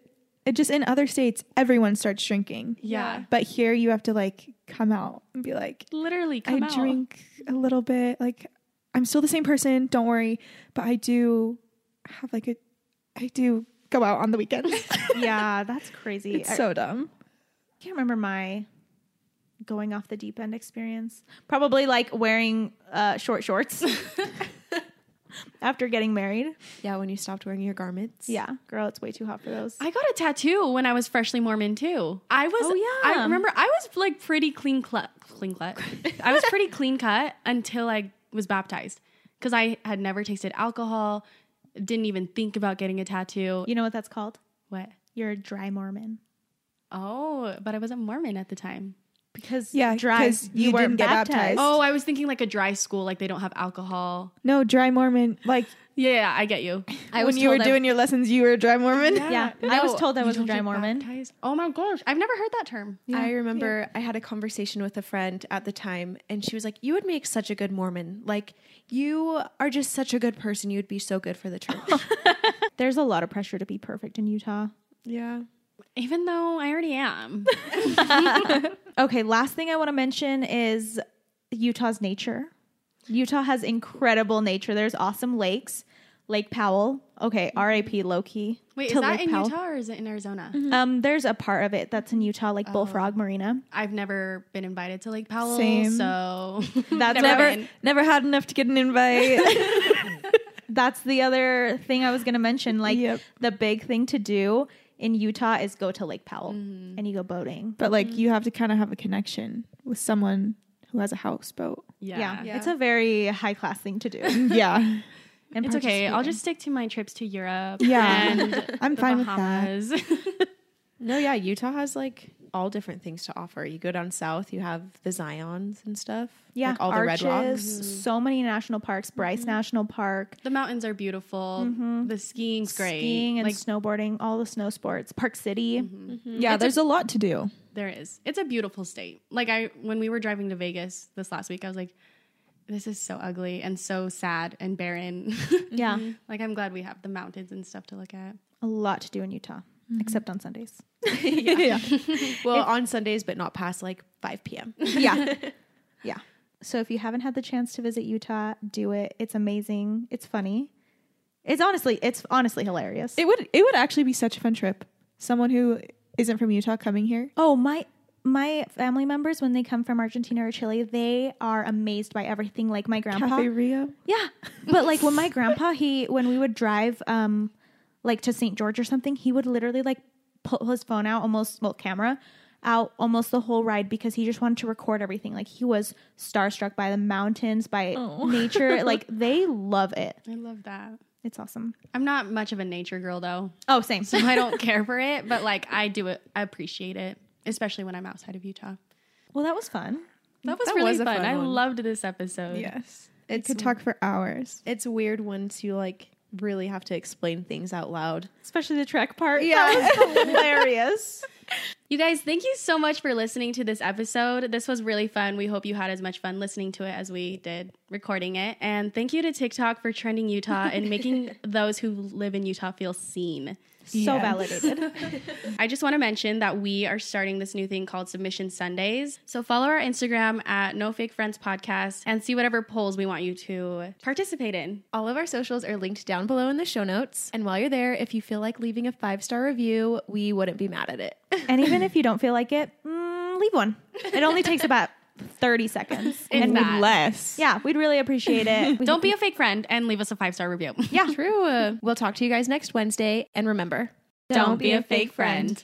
It just in other states, everyone starts drinking.
Yeah.
But here, you have to like come out and be like,
Literally come
I
out.
drink a little bit. Like, I'm still the same person. Don't worry. But I do have like a. I do go out on the weekends.
Yeah, that's crazy.
it's
I-
so dumb.
I can't remember my going off the deep end experience. Probably like wearing uh, short shorts after getting married.
yeah, when you stopped wearing your garments.
Yeah, girl, it's way too hot for those.
I got a tattoo when I was freshly Mormon too. I was
Oh, yeah.
I remember I was like pretty clean cut clean cut. I was pretty clean cut until I was baptized cuz I had never tasted alcohol, didn't even think about getting a tattoo.
you know what that's called?
What?
You're a dry Mormon
Oh, but I wasn't Mormon at the time.
because
Yeah,
dry
'cause you didn't get baptized.
Oh, I was thinking like a dry school like they don't have alcohol.
No, dry Mormon. Like
Yeah, yeah, I get you.
I
when
was
you were
told I-
doing your lessons, you were a dry Mormon.
Yeah, I was
No,
told I
you
was a
don't
dry
get
Mormon.
baptized. Oh my gosh, I've never heard that term.
I remember I had a conversation with a friend at the time, and she was like, You would make such a good Mormon. Like, you are just such a good person. You would be so good for the church.
There's a lot of pressure to be perfect in Utah.
yeah.
Even though I already am.
Okay, last thing I want to mention is Utah's nature. Utah has incredible nature. There's awesome lakes. Lake Powell. Okay, R.A.P. Low key.
Wait,
to
is that
Lake
in
Powell.
Utah or is it in Arizona?
Um, there's a part of it that's in Utah, like
Oh.
Bullfrog Marina.
I've never been invited to Lake Powell,
Same.
so
That's
Never
never.
been.
Never had enough to get an invite.
That's the other thing I was gonna mention. Like
Yep.
the big thing to do in Utah is go to Lake Powell
Mm-hmm.
and you go boating.
but like, you have to kind of have a connection with someone who has a houseboat.
yeah.
Yeah. it's a very high class thing to do. And
Yeah.
It's okay. I'll
participate.
just stick to my trips to Europe.
Yeah.
and
I'm
the
fine with that.
Bahamas.
No, yeah. Utah has like all different things to offer. You go down south, you have the Zions and stuff.
yeah,
Like all the Red Mm-hmm. Rocks.
arches, So many national parks. Bryce National Park.
the mountains are beautiful. The skiing's great.
Skiing and
like
snowboarding, all the snow sports, Park City.
Mm-hmm.
Yeah, there's a lot to do.
there is. It's a beautiful state. Like I, when we were driving to Vegas this last week, I was like, "This is so ugly and so sad and barren."
Yeah,
like I'm glad we have the mountains and stuff to look at.
a lot to do in Utah. except on Sundays.
yeah. Well, on Sundays, but not past like 5 p.m.
Yeah. yeah. So if you haven't had the chance to visit Utah, do it. It's amazing. It's funny. It's honestly, it's honestly hilarious.
It would it would actually be such a fun trip. Someone who isn't from Utah coming here.
Oh, my my family members when they come from Argentina or Chile, they are amazed by everything. Like my grandpa,
Cafe Rio.
yeah. But like when my grandpa, he when we would drive um like to St. George or something, he would literally like pull his phone out almost well camera out almost the whole ride because he just wanted to record everything. Like he was starstruck by the mountains, by nature. like they love it.
I love that.
It's awesome.
I'm not much of a nature girl though,
Oh, same.
so I don't care for it. But like, I do it. I appreciate it, especially when I'm outside of Utah.
Well, that was fun.
That was
That
really
was a
fun.
fun
I
one.
loved this episode.
Yes.
It's
Could talk for hours.
it's weird once you like really have to explain things out loud.
Especially the trek part.
Yeah.
hilarious.
You guys, thank you so much for listening to this episode. This was really fun. We hope you had as much fun listening to it as we did recording it. And thank you to TikTok for trending Utah and making those who live in Utah feel seen.
So validated.
I just want to mention that we are starting this new thing called Submission Sundays. So follow our Instagram at No Fake Friends Podcast and see whatever polls we want you to participate in.
All of our socials are linked down below in the show notes. And while you're there, if you feel like leaving a five star review, we wouldn't be mad at it.
And even if you don't feel like it, mm, leave one. It only takes about 30 seconds.
If
and
that.
Less.
yeah, we'd really appreciate it. We
Don't be a fake friend and leave us a five star review.
Yeah. True. We'll talk to you guys next Wednesday. And remember,
Don't be a fake friend.